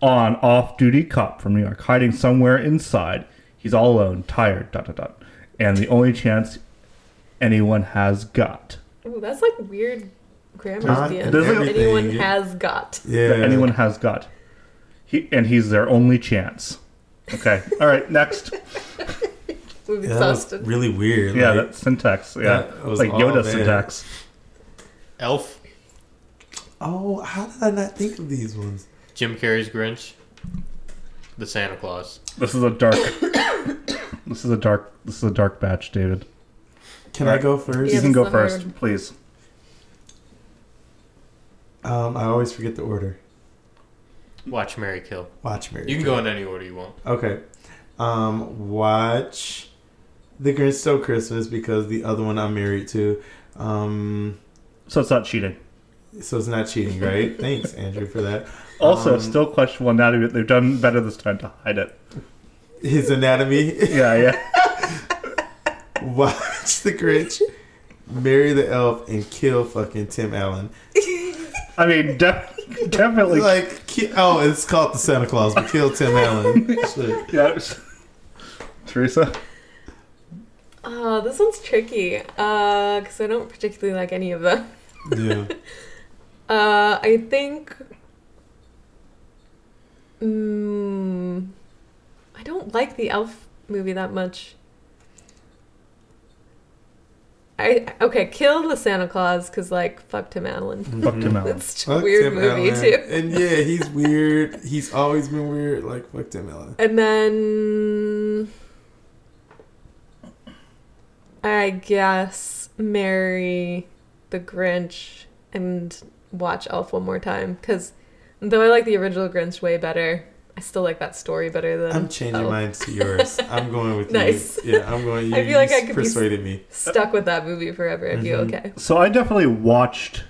A: On off-duty cop from New York, hiding somewhere inside. He's all alone, tired. Dot, dot, dot. And the only chance anyone has got.
B: Ooh, that's like weird grammar
C: Huh?
B: at the end.
A: There's like-
B: Anyone
C: Everything.
B: has got.
C: yeah,
A: that anyone has got. He and he's their only chance. Okay. All right. Next.
B: We've
C: Yeah, that was
B: exhausted.
C: really weird.
A: Yeah,
C: like,
A: that syntax. Yeah,
C: That was
A: like
C: all
A: Yoda
C: there.
A: syntax.
D: Elf,
C: oh, how did I not think of these ones?
D: Jim Carrey's Grinch, The Santa Claus.
A: This is a dark. this is a dark. This is a dark batch, David.
C: Can
A: All
C: I
A: right.
C: go first?
A: you
B: Yeah,
A: can go
B: this is
A: first,
B: hard.
A: please.
C: Um, I always forget the order.
D: Watch Mary Kill.
C: Watch Mary.
D: You can go in any order you want.
C: Okay. Um, watch The Grinch Stole Christmas because the other one I'm married to. Um,
A: So it's not cheating.
C: so it's not cheating, right? Thanks, Andrew, for that.
A: Also,
C: Um,
A: still questionable now that they've done better this time to hide it.
C: His anatomy.
A: Yeah, yeah.
C: watch the Grinch, marry the elf, and kill fucking Tim Allen.
A: I mean, def- definitely.
C: Like, ki- oh, it's called the Santa Claus, but kill Tim Allen. Shit.
A: yeah. Teresa.
B: Oh, this one's tricky because I don't particularly like any of them.
C: Yeah.
B: Uh, I think. Mm, I don't like the Elf movie that much. I okay, kill the Santa Claus because like fuck Tim Allen.
A: Fuck him out.
B: That's a
C: Mm-hmm. Fuck
B: weird
C: Tim
B: movie
C: Allen.
B: too.
C: And yeah, he's weird. He's always been weird. Like, fuck Tim Allen.
B: And then I guess marry the Grinch and watch Elf one more time because though I like the original Grinch way better, I still like that story better than
C: I'm changing
B: Elf.
C: mine to yours. I'm going with
B: Oh. Nice.
C: you. Yeah, I'm going. You,
B: I feel like
C: you
B: I could be-
C: persuaded me.
B: Stuck with that movie forever. I'd be
C: Mhm.
B: okay.
A: So I definitely watched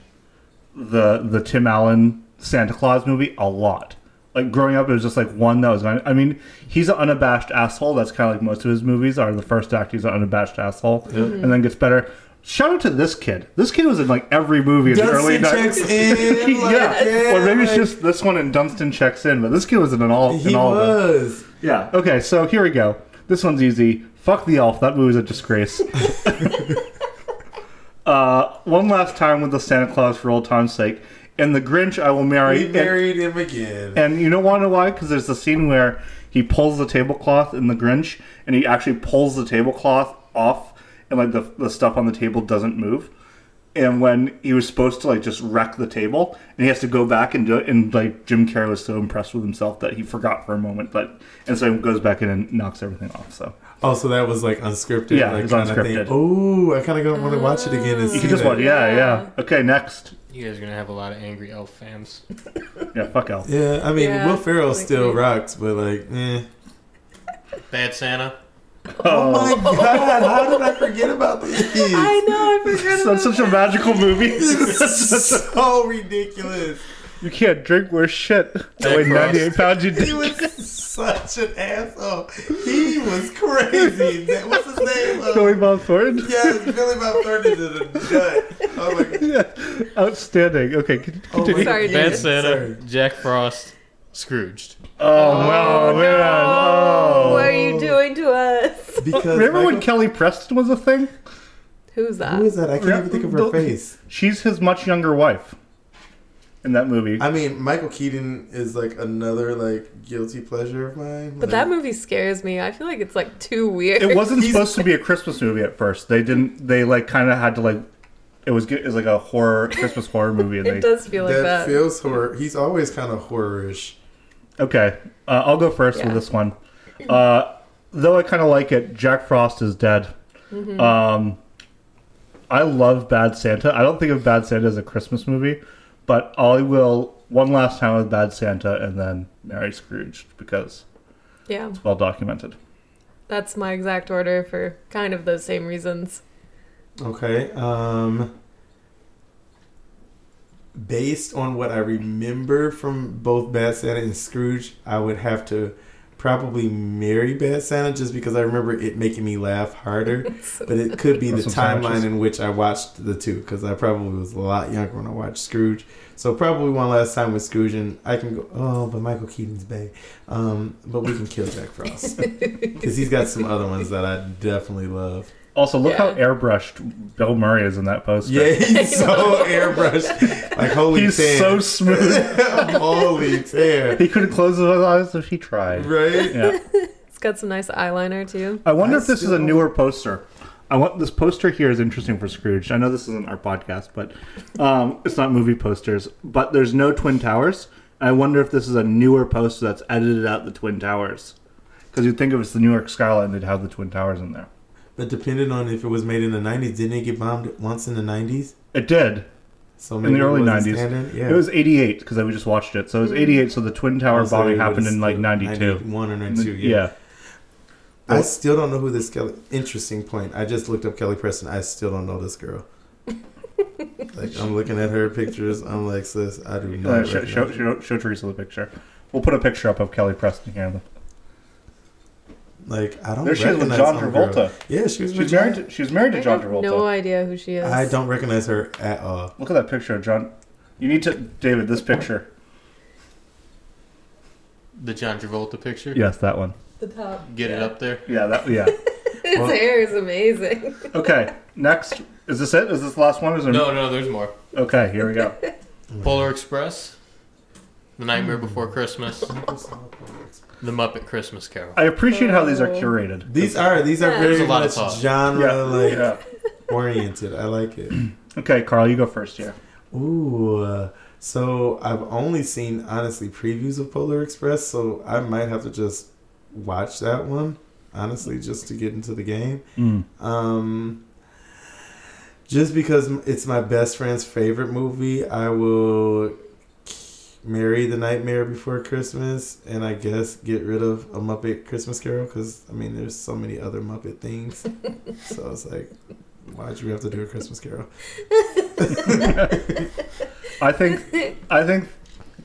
A: the the Tim Allen Santa Claus movie a lot. Like growing up, it was just like one that was. on- I mean, he's an unabashed asshole. That's kind of like most of his movies are. The first act, he's an unabashed asshole, and then gets better. Shout out to this kid. This kid was in like every movie in the early
C: Dunstan checks
A: nineties.
C: in. Like,
A: yeah. or maybe it's
C: like,
A: just this one and Dunstan checks in, but this kid was in an all
C: he
A: in all of them.
C: was.
A: Yeah. Okay, so here we go. This one's easy. Fuck the elf. That movie's a disgrace. uh, one last time with the Santa Claus for old time's sake. And the Grinch, I will marry.
C: We married him again.
A: And, and you don't want to know why? Because there's the scene where he pulls the tablecloth in the Grinch, and he actually pulls the tablecloth off, and like the, the stuff on the table doesn't move. And when he was supposed to like just wreck the table, and he has to go back and do it, and like Jim Carrey was so impressed with himself that he forgot for a moment, like, and so he goes back in and knocks everything off. So
C: Oh, so that was like unscripted.
A: Yeah,
C: like,
A: it's
C: kinda
A: unscripted.
C: Thing. Ooh, I kind of want to watch it again. And
A: you
C: see
A: can just
C: that.
A: watch, yeah, yeah. Okay, next.
D: You guys are gonna have a lot of angry elf fans.
A: Yeah, fuck Elf.
C: Yeah, I mean,
B: Yeah,
C: Will Ferrell
B: like
C: still
B: me.
C: rocks, but like, eh.
D: Bad Santa.
C: Oh my god, how did I forget about these?
B: I know. I forgot about
A: That's such a magical movie.
C: It's so ridiculous.
A: you can't drink worse shit. I
D: Jack
A: weigh
D: Frost.
A: 98 pounds, you
C: He
A: dick.
C: was such an asshole. He was crazy. That- What's his name? Uh,
A: Billy Bob Thornton?
C: yes, Billy Bob Thornton is a nut. Oh my god.
A: Yeah. Outstanding. Okay, con-
C: Oh,
A: continue.
B: Sorry,
C: God.
B: Bad
D: Bad Santa. Jack Frost. Scrooged.
A: Oh, wow, man.
B: Oh,
A: Oh.
B: What are you doing to us?
C: Because
A: Remember when
C: Michael-
A: Kelly Preston was a thing?
B: Who's that?
C: Who is that? I can't even think of her
A: Don't-
C: face.
A: She's his much younger wife in that movie.
C: I mean, Michael Keaton is like another like guilty pleasure of mine.
B: But
C: Like,
B: that movie scares me. I feel like it's like too weird.
A: It wasn't
C: He's-
A: supposed to be a Christmas movie at first. They didn't. They like kind of had to like It was good. It was like a horror Christmas horror movie, and
B: It
A: they
B: does feel like
C: that,
B: that.
C: feels horror. He's always kind of horrorish.
A: Okay, uh, I'll go first with
B: Yeah.
A: this one. Uh, though I kind of like it, Jack Frost is dead.
B: Mm-hmm.
A: Um, I love Bad Santa. I don't think of Bad Santa as a Christmas movie, but I will one last time with Bad Santa and then Mary Scrooge because
B: yeah,
A: well documented.
B: that's my exact order for kind of those same reasons.
C: Okay. Um based on what I remember from both Bad Santa and Scrooge, I would have to probably marry Bad Santa just because I remember it making me laugh harder. But it could be the
A: Russell sandwiches.
C: timeline in which I watched the two because I probably was a lot younger when I watched Scrooge. So probably one last time with Scrooge, and I can go. Oh, but Michael Keaton's bae. Um, but we can kill Jack Frost because he's got some other ones that I definitely love.
A: Also, look how
B: Yeah.
A: airbrushed Bill Murray is in that poster.
C: Yeah, he's so airbrushed. Like holy
A: He's
C: tan.
A: so smooth.
C: holy tan.
A: he could have closed his eyes if he tried.
C: Right?
A: Yeah.
B: It's got some nice eyeliner too.
A: I wonder
C: I
A: if this is a
C: still-
A: newer poster. I want this poster here is interesting for Scrooge. I know this isn't our podcast, but um, it's not movie posters. But there's no Twin Towers. I wonder if this is a newer poster that's edited out the Twin Towers. Because you'd think if it's the New York skyline, they'd have the Twin Towers in there.
C: But depending on if it was made in the nineties, didn't it get bombed once in the nineties?
A: It did
C: So
A: in the
C: it
A: early
C: wasn't
A: '90s.
C: standing? Yeah.
A: It was '88 because we just watched it. So it was '88. So the Twin Tower
C: So
A: bombing
C: it
A: happened
C: was
A: in like '92.
C: 91 or 92, yeah.
A: Yeah.
C: I still don't know who this Kelly interesting point. I just looked up Kelly Preston. I still don't know this girl. like I'm looking at her pictures. I'm like, sis, I do
A: Uh,
C: not
A: show,
C: recognize
A: show,
C: you.
A: show, show Teresa the picture. We'll put a picture up of Kelly Preston here.
C: like I don't
A: There she is with
C: recognize
A: John
C: some girl.
A: Travolta.
C: Yeah, she was
A: She's married. To, she's married
B: I
A: to John
B: have
A: Travolta.
B: no idea who she is.
C: I don't recognize her at all.
A: Look at that picture of John. You need to, David, this picture.
D: The John Travolta picture.
A: Yes, that one.
B: The top.
D: Get it up there.
A: Yeah, that. Yeah.
B: His
C: Well-
B: hair is amazing.
A: Okay. Next, is this it? Is this the last one? Is there?
D: No, no, there's more.
A: Okay, here we go.
D: Polar Express, The Nightmare Before Christmas, The Muppet Christmas Carol.
A: I appreciate how these are
B: Oh.
A: curated.
C: These are these are
B: Yeah.
C: very
D: There's a lot of
C: much
D: thought.
C: genre like
A: yeah.
C: oriented. I like it.
A: Okay, Carl, you go first here.
C: Ooh. uh, so I've only seen honestly previews of Polar Express, so I might have to just watch that one honestly just to get into the game.
A: Mm.
C: Um, just because m- it's my best friend's favorite movie, I will marry the Nightmare Before Christmas, and I guess get rid of a Muppet Christmas Carol because I mean, there's so many other Muppet things. so it's like, why'd you have to do a Christmas Carol?
A: I think. I think.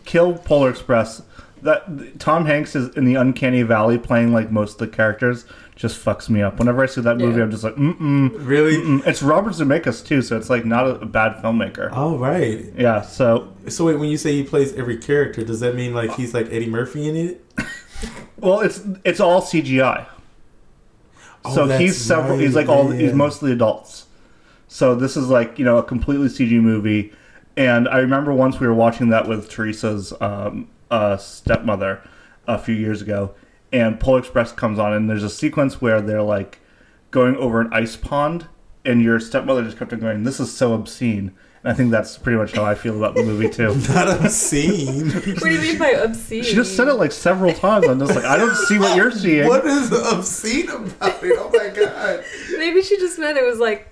A: Kill Polar Express. That Tom Hanks is in the uncanny valley playing like most of the characters just fucks me up. Whenever I see that movie,
B: Yeah.
A: I'm just like, mm mm.
C: Really?
A: Mm, It's Robert Zemeckis too, so it's like not a, a bad filmmaker.
C: All right.
A: yeah, so
C: So wait, when you say he plays every character, does that mean like he's like Eddie Murphy in it?
A: well, it's it's all CGI.
C: Oh,
A: so
C: that's
A: he's several. He's
C: right,
A: like all. He's
C: yeah.
A: mostly adults. So this is like you know a completely CG movie, and I remember once we were watching that with Teresa's um, uh, stepmother a few years ago, and Pole Express comes on, and there's a sequence where they're like going over an ice pond, and your stepmother just kept on going, "This is so obscene." And I think that's pretty much how I feel about the movie too.
C: not obscene.
B: What do you mean by obscene?
A: She just said it like several times. I'm just like, I don't see what you're seeing.
C: what is obscene about it? Oh my god!
B: Maybe she just meant it was like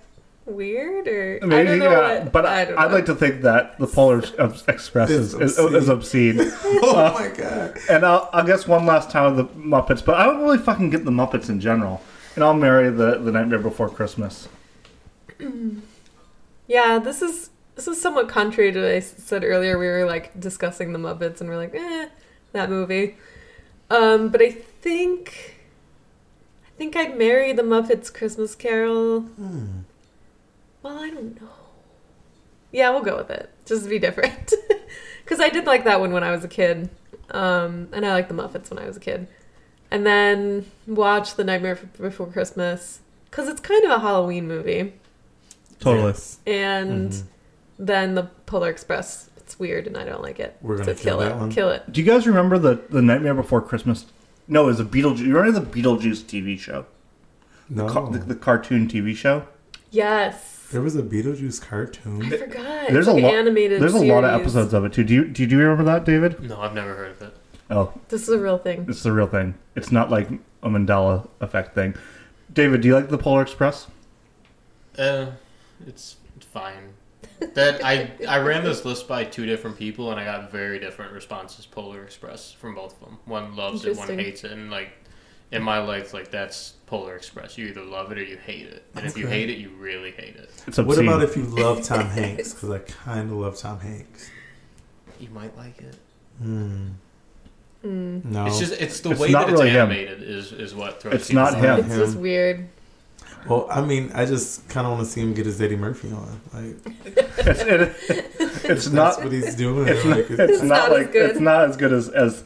B: weird or I
A: Maybe,
B: don't know
A: yeah,
B: what-
A: but
B: I
A: I
B: don't
A: I'd
B: know.
A: like to think that the Polar Ex- Express is, is, is obscene.
C: Oh my god!
A: and I'll, I'll guess one last time with the Muppets, but I don't really fucking get the Muppets in general. And I'll marry the, the Nightmare Before Christmas.
B: Yeah, this is this is somewhat contrary to what I s- said earlier. We were like discussing the Muppets, and we're like, eh, that movie. Um, but I think I think I'd marry the Muppets Christmas Carol. Well, I don't know. Yeah, we'll go with it. Just to be different, because I did like that one when I was a kid, um, and I liked the Muppets when I was a kid. And then watch The Nightmare Before Christmas because it's kind of a Halloween movie
A: Totally.
C: Yes.
B: and
C: Mhm.
A: Mm-hmm.
B: then the Polar Express. It's weird, and I don't like it.
C: We're gonna
B: so
C: kill
B: kill,
C: that
B: it.
C: one.
B: Kill it.
A: Do you guys remember the, the Nightmare Before Christmas? No, it was a Beetlejuice. You remember the Beetlejuice TV show?
C: No.
A: Ca- the, the cartoon TV show?
B: Yes. Beetlejuice.
C: There was a Beetlejuice cartoon.
B: I forgot.
A: There's
B: It's
A: a
B: like
A: lot-
B: an animated.
A: There's a lot of
B: series.
A: episodes of it too. Do you do you remember that, David?
D: No, I've never heard of it.
A: Oh,
B: This is a real thing.
A: it's the real thing. It's not like a Mandela effect thing. David, do you like the Polar Express?
D: Uh, it's fine. That I I ran this list by two different people and I got very different responses. Polar Express from both of them. One loves it, one
B: Interesting.
D: hates it, and like in my life, like that's Polar Express. You either love it or you hate it, and if you
C: Okay.
D: hate it, you really hate it.
A: It's
C: What
A: obscene.
C: about if you love Tom Hanks? Because I kind of love Tom Hanks.
D: You might like it.
C: Hmm.
B: Mm.
C: No.
D: It's just it's the
A: Hmm. It's
D: way
A: not
D: that
A: really
D: it's
A: him.
D: animated is is what throws.
A: It's
D: people
A: not
D: off.
A: him.
B: It's just weird.
C: well, I mean, I just kind of want to see him get his Eddie Murphy on. Like,
A: it's, it- it's
C: that's
A: not.
C: what he's doing.
A: It's not.
C: like,
A: It's,
C: it's-
A: not,
B: not as
A: like.
B: good.
A: It's not as good as as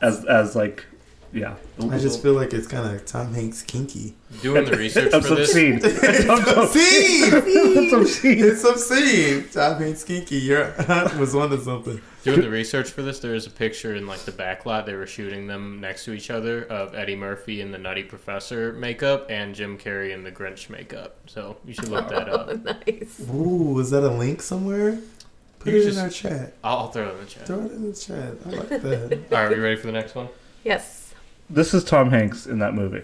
A: as as like. Yeah.
C: I just feel like it's kind of Tom Hanks kinky.
D: Doing the research for
A: It's
D: this.
A: obscene. It's
C: obscene!
A: It's obscene.
C: It's obscene. Tom Hanks kinky. Your aunt was onto something.
D: Doing the research for this, there is a picture in like the back lot. They were shooting them next to each other of Eddie Murphy in the Nutty Professor makeup and Jim Carrey in the Grinch makeup. So you should look that
B: Oh,
D: up.
B: nice.
C: Ooh, is that a link somewhere? Put
D: You
C: it
D: just-
C: in our chat.
D: I'll, I'll throw it in the chat. All
C: Throw it in the chat. I like that.
D: right, are you ready for the next one?
B: Yes.
A: This is Tom Hanks in that movie.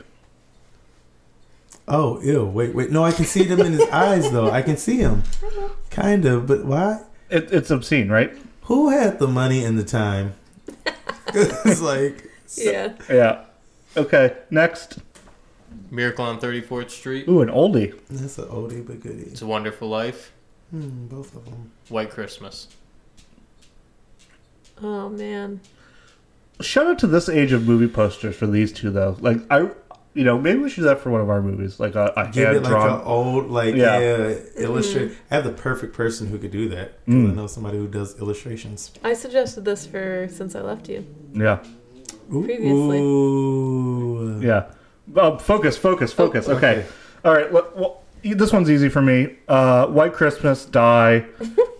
C: Oh, ew. Wait, wait. No, I can see them in his eyes, though. I can see him. Kind of, but why?
A: It, it's obscene, right?
C: Who had the money and the time? it's like,
B: Yeah.
A: Yeah. Okay. Next.
D: Miracle on 34th Street.
A: Ooh, an oldie.
C: that's an oldie but goodie.
D: It's a Wonderful Life.
C: Hmm, both of them.
D: White Christmas.
B: Oh man.
A: Shout out to this age of movie posters for these two, though. Like I, you know, maybe we should do that for one of our movies, like a, a
C: Give
A: hand
C: it like an
A: drawn.
C: old, like,
A: Yeah.
C: yeah,
B: Mm-hmm.
C: illustrate. I have the perfect person who could do that. 'cause I
A: Mm.
C: know somebody who does illustrations.
B: I suggested this for since I left you.
A: Yeah,
C: Ooh.
B: Previously.
C: Ooh.
A: yeah. Um, focus, focus, focus.
B: Oh.
A: okay. all right. Well, well, e- this one's easy for me. Uh, White Christmas, die.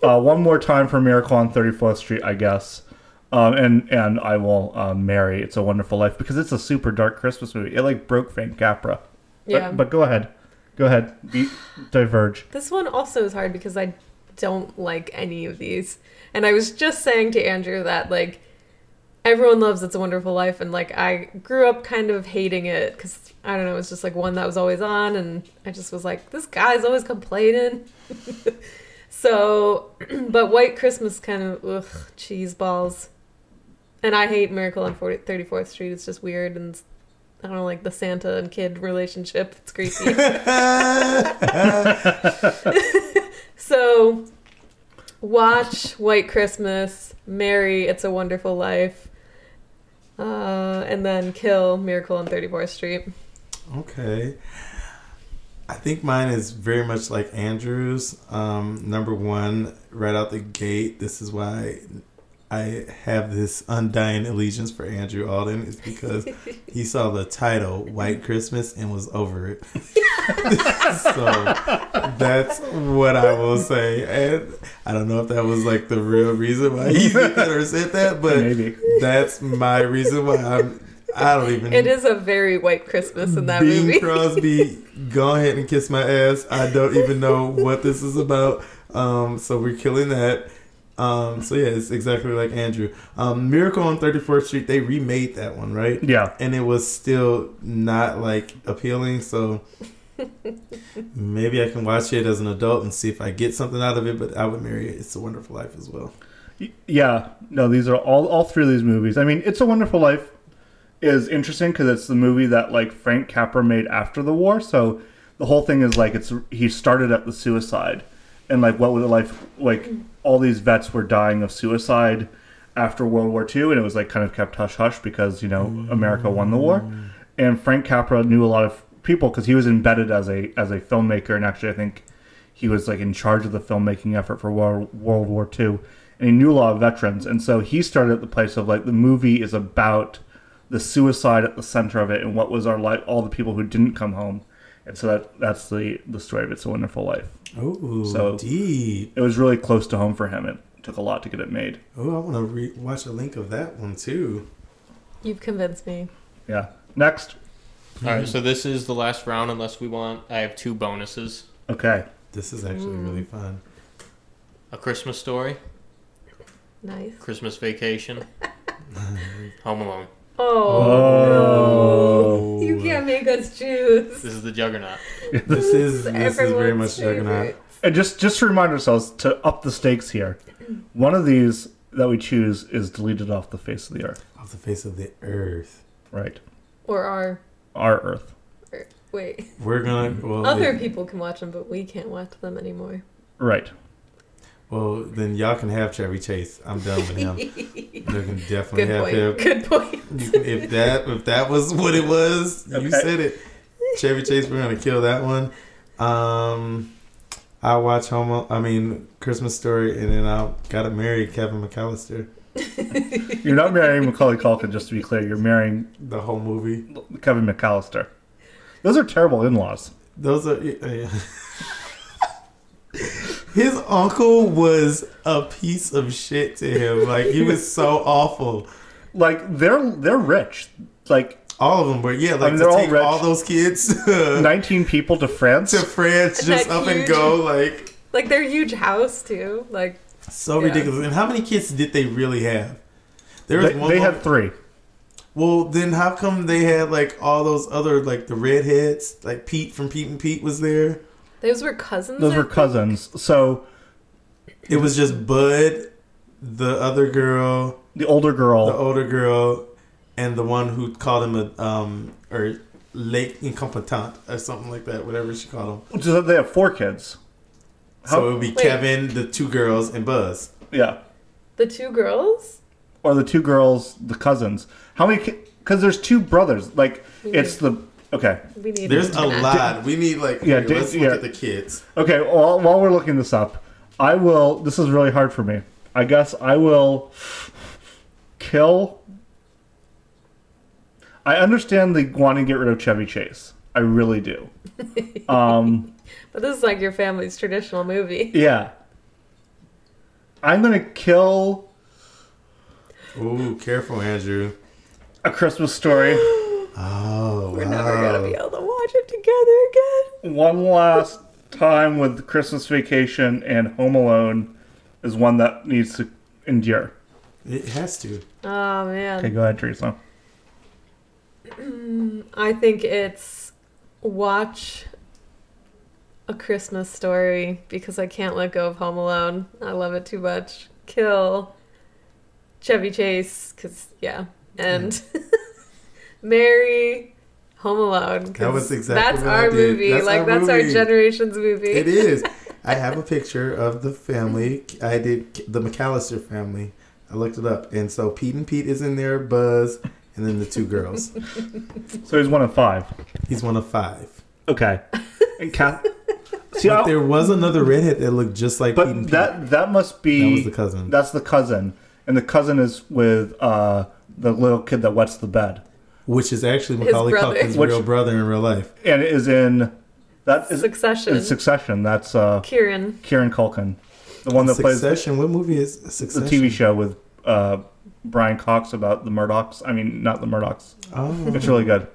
A: uh, one more time for Miracle on Thirty Fourth Street, I guess. Um, and and I will um, marry. It's a Wonderful Life because it's a super dark Christmas movie. It like broke Frank Capra. But-
B: Yeah.
A: But, go ahead, go ahead. Be, diverge.
B: This one also is hard because I don't like any of these. And I was just saying to Andrew that, like, everyone loves It's a Wonderful Life, and, like, I grew up kind of hating it because, I don't know, it's just, like, one that was always on, and I just was like, this guy's always complaining. so, but White Christmas kind of, ugh, cheese balls. And I hate Miracle on 40, 34th Street. It's just weird, and it's- I don't know, like, the Santa and kid relationship. It's creepy. So, watch White Christmas, marry It's a Wonderful Life, uh, and then kill Miracle on 34th Street.
C: Okay. I think mine is very much like Andrew's. Um, number one, right out the gate, this is why I have this undying allegiance for Andrew Alden, is because he saw the title White Christmas and was over it. so that's what I will say. And I don't know if that was like the real reason why he did that or said that, but
A: Maybe.
C: that's my reason why I'm. I don't even.
B: It is a very White Christmas in that
C: Bing
B: movie.
C: Crosby, go ahead and kiss my ass. I don't even know what this is about. Um, so we're killing that. Um, so yeah, it's exactly like Andrew. Um, Miracle on 34th Street, they remade that one, right?
A: Yeah.
C: And it was still not like appealing, so maybe I can watch it as an adult and see if I get something out of it, but I would marry it. It's a wonderful life as well.
A: Y- Yeah, no, these are all all three of these movies. I mean, It's a Wonderful Life is interesting because it's the movie that like Frank Capra made after the war. So the whole thing is like it's he started at the suicide, and like what would a life like? All these vets were dying of suicide after World War II, and it was like kind of kept hush hush because you know America won the war, and Frank Capra knew a lot of people because he was embedded as a as a filmmaker, and actually I think he was like in charge of the filmmaking effort for World, World War II, and he knew a lot of veterans, and so he started at the place of like the movie is about the suicide at the center of it, and what was our life, all the people who didn't come home, and so that that's the the story of It's a Wonderful Life.
C: Oh,
A: So-
C: deep.
A: It was really close to home for him. It took a lot to get it made.
C: Oh, I want to re- watch a link of that one too.
B: You've convinced me.
A: Yeah. Next.
D: All right, so this is the last round unless we want. I have two bonuses.
A: Okay.
C: This is actually
B: Mm.
C: really fun.
D: A Christmas Story,
B: Nice.
D: Christmas Vacation, Home Alone.
B: Oh,
C: Whoa.
B: no. You can't make us choose.
D: This is the juggernaut.
C: This is this is very much
B: everyone's
C: juggernaut.
B: favorite.
A: And just just to remind ourselves to up the stakes here, one of these that we choose is deleted off the face of the earth,
C: Off the face of the earth.
A: right?
B: Or our
A: Our Earth.
B: wait.
C: We're gonna
B: Mm-hmm.
C: well
B: Other
C: if-
B: people can watch them, but we can't watch them anymore.
A: Right.
C: well then y'all can have Chevy Chase. I'm done with him. you can definitely
B: Good
C: have
B: point.
C: him.
B: Good point.
C: You can, if that if that was what it was, you
A: Okay.
C: said it. Chevy Chase, we're gonna kill that one. Um, I watch Homo. I mean Christmas Story, and then I gotta marry Kevin McAllister.
A: You're not marrying Macaulay Culkin, just to be clear. You're marrying
C: The whole movie.
A: Kevin McAllister. Those are terrible in-laws.
C: Those are. yeah. His uncle was a piece of shit to him. Like he was so awful.
A: Like they're they're rich. Like
C: All of them were. Yeah,
A: mean,
C: like to
A: they're all
C: take
A: rich.
C: all those kids to
A: 19 people to France.
C: France, just
B: That
C: up and
B: huge-
C: go. Like
B: Like their huge house too. Like
C: So
B: Yeah.
C: ridiculous. And how many kids did they really have? There was
A: They,
C: one.
A: they
C: more-
A: had three.
C: well, then how come they had like all those other like the redheads? Like Pete from Pete and Pete was there.
B: those were cousins.
A: Those
B: I
A: were
B: think?
A: cousins. So
C: It was just Bud, the other girl,
A: the older girl,
C: the older girl, and the one who called him a um or late incompetent or something like that, whatever she called him.
A: so they have four kids.
C: So it
A: How,
C: would be
B: Wait.
C: Kevin, the two girls, and Buzz.
A: yeah.
B: The two girls.
A: Or the two girls, the cousins. How many? Because there's two brothers. Like it's the okay.
B: We need.
C: There's
B: an
C: a
B: act.
C: lot. We need like
A: Yeah,
C: here,
A: did-
C: let's look
A: yeah.
C: at the kids.
A: Okay, while, while we're looking this up, I will. This is really hard for me. I guess I will kill. I understand the wanting to get rid of Chevy Chase. I really do. um,
B: But this is like your family's traditional movie.
A: yeah. I'm going to kill
C: Ooh, careful, Andrew.
A: A Christmas Story
C: Oh,
B: We're
C: wow.
B: never gonna be able to watch it together again.
A: one last time with Christmas Vacation and Home Alone is one that needs to endure.
C: It has to.
B: Oh man.
A: Okay, go ahead, Teresa.
B: I think it's watch a Christmas story because I can't let go of Home Alone. I love it too much. Kill Chevy Chase because yeah, and marry Home Alone. 'cause
C: That was exactly
B: that's
C: what I
B: our
C: did.
B: movie.
C: That's
B: like
C: our
B: that's
C: movie.
B: our generation's movie.
C: It is. I have a picture of the family. I did the McAllister family. I looked it up, and so Pete and Pete is in there. Buzz, and then the two girls.
A: So he's one of five.
C: He's one of five.
A: Okay. And Kath- See,
C: But
A: I,
C: there was another redhead that looked just like Pete and
A: but
C: Pete.
A: that that must be
C: That was the cousin.
A: That's the cousin, and the cousin is with uh, the little kid that wets the bed,
C: which is actually Macaulay
B: brother.
C: Culkin's
A: Which-
C: real brother in real life.
A: and is in that is
B: Succession.
A: in Succession. That's uh,
B: Kieran.
A: Kieran Culkin, the one that plays
C: Succession. What movie is
A: the
C: Succession?
A: TV show with uh, Brian Cox about the Murdochs. I mean, not the Murdochs. It's
C: Oh.
A: really good.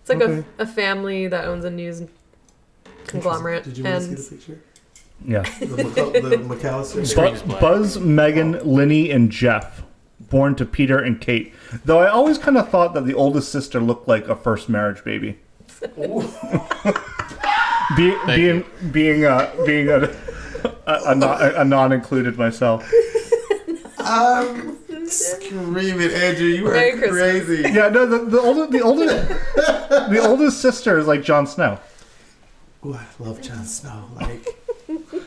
B: It's like
C: Okay.
B: a, a family that owns a news conglomerate,
C: Did you want to
B: and
C: see the picture?
A: Yeah.
C: The, Maca- the McAllister.
D: Screen is
A: Bu-
D: black.
A: Buzz, Megan, Linny, and Jeff, born to Peter and Kate. Though I always kind of thought that the oldest sister looked like a first marriage baby. Be, being being uh, being a, a, a, non- a non included myself.
C: I'm screaming, Andrew. You are
B: Merry Christmas.
C: crazy.
A: Yeah, no, the, the older the older the oldest sister is like Jon Snow.
C: Ooh, I love Jon Snow. Like,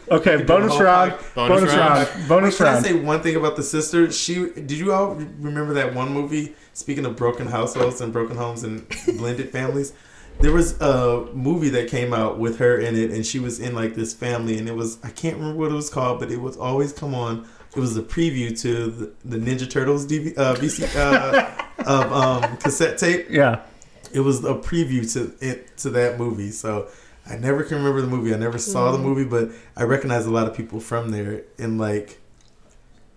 A: Okay, bonus
C: whole
A: round,
C: pod-
A: bonus,
D: bonus
A: round,
D: round.
A: bonus
C: can I
A: round.
C: say one thing about the sister? She did you all remember that one movie? Speaking of broken households and broken homes and blended families, there was a movie that came out with her in it, and she was in like this family, and it was I can't remember what it was called, but it was always come on. It was a preview to the, the Ninja Turtles DV, uh, VC uh, of um, cassette tape.
A: yeah,
C: It was a preview to it to that movie, so I never can remember the movie. I never saw the movie, but I recognize a lot of people from there. And like,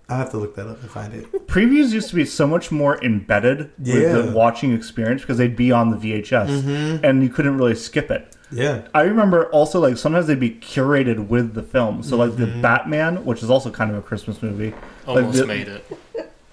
C: I have to look that up and find it.
A: previews used to be so much more embedded with
C: Yeah. Mm-hmm.
A: the watching experience because they'd be on the VHS and you couldn't really skip it.
C: Yeah.
A: I remember also like sometimes they'd be curated with the film. So like the
C: Mm-hmm.
A: Batman, which is also kind of a Christmas movie.
D: Almost
A: the-
D: made it.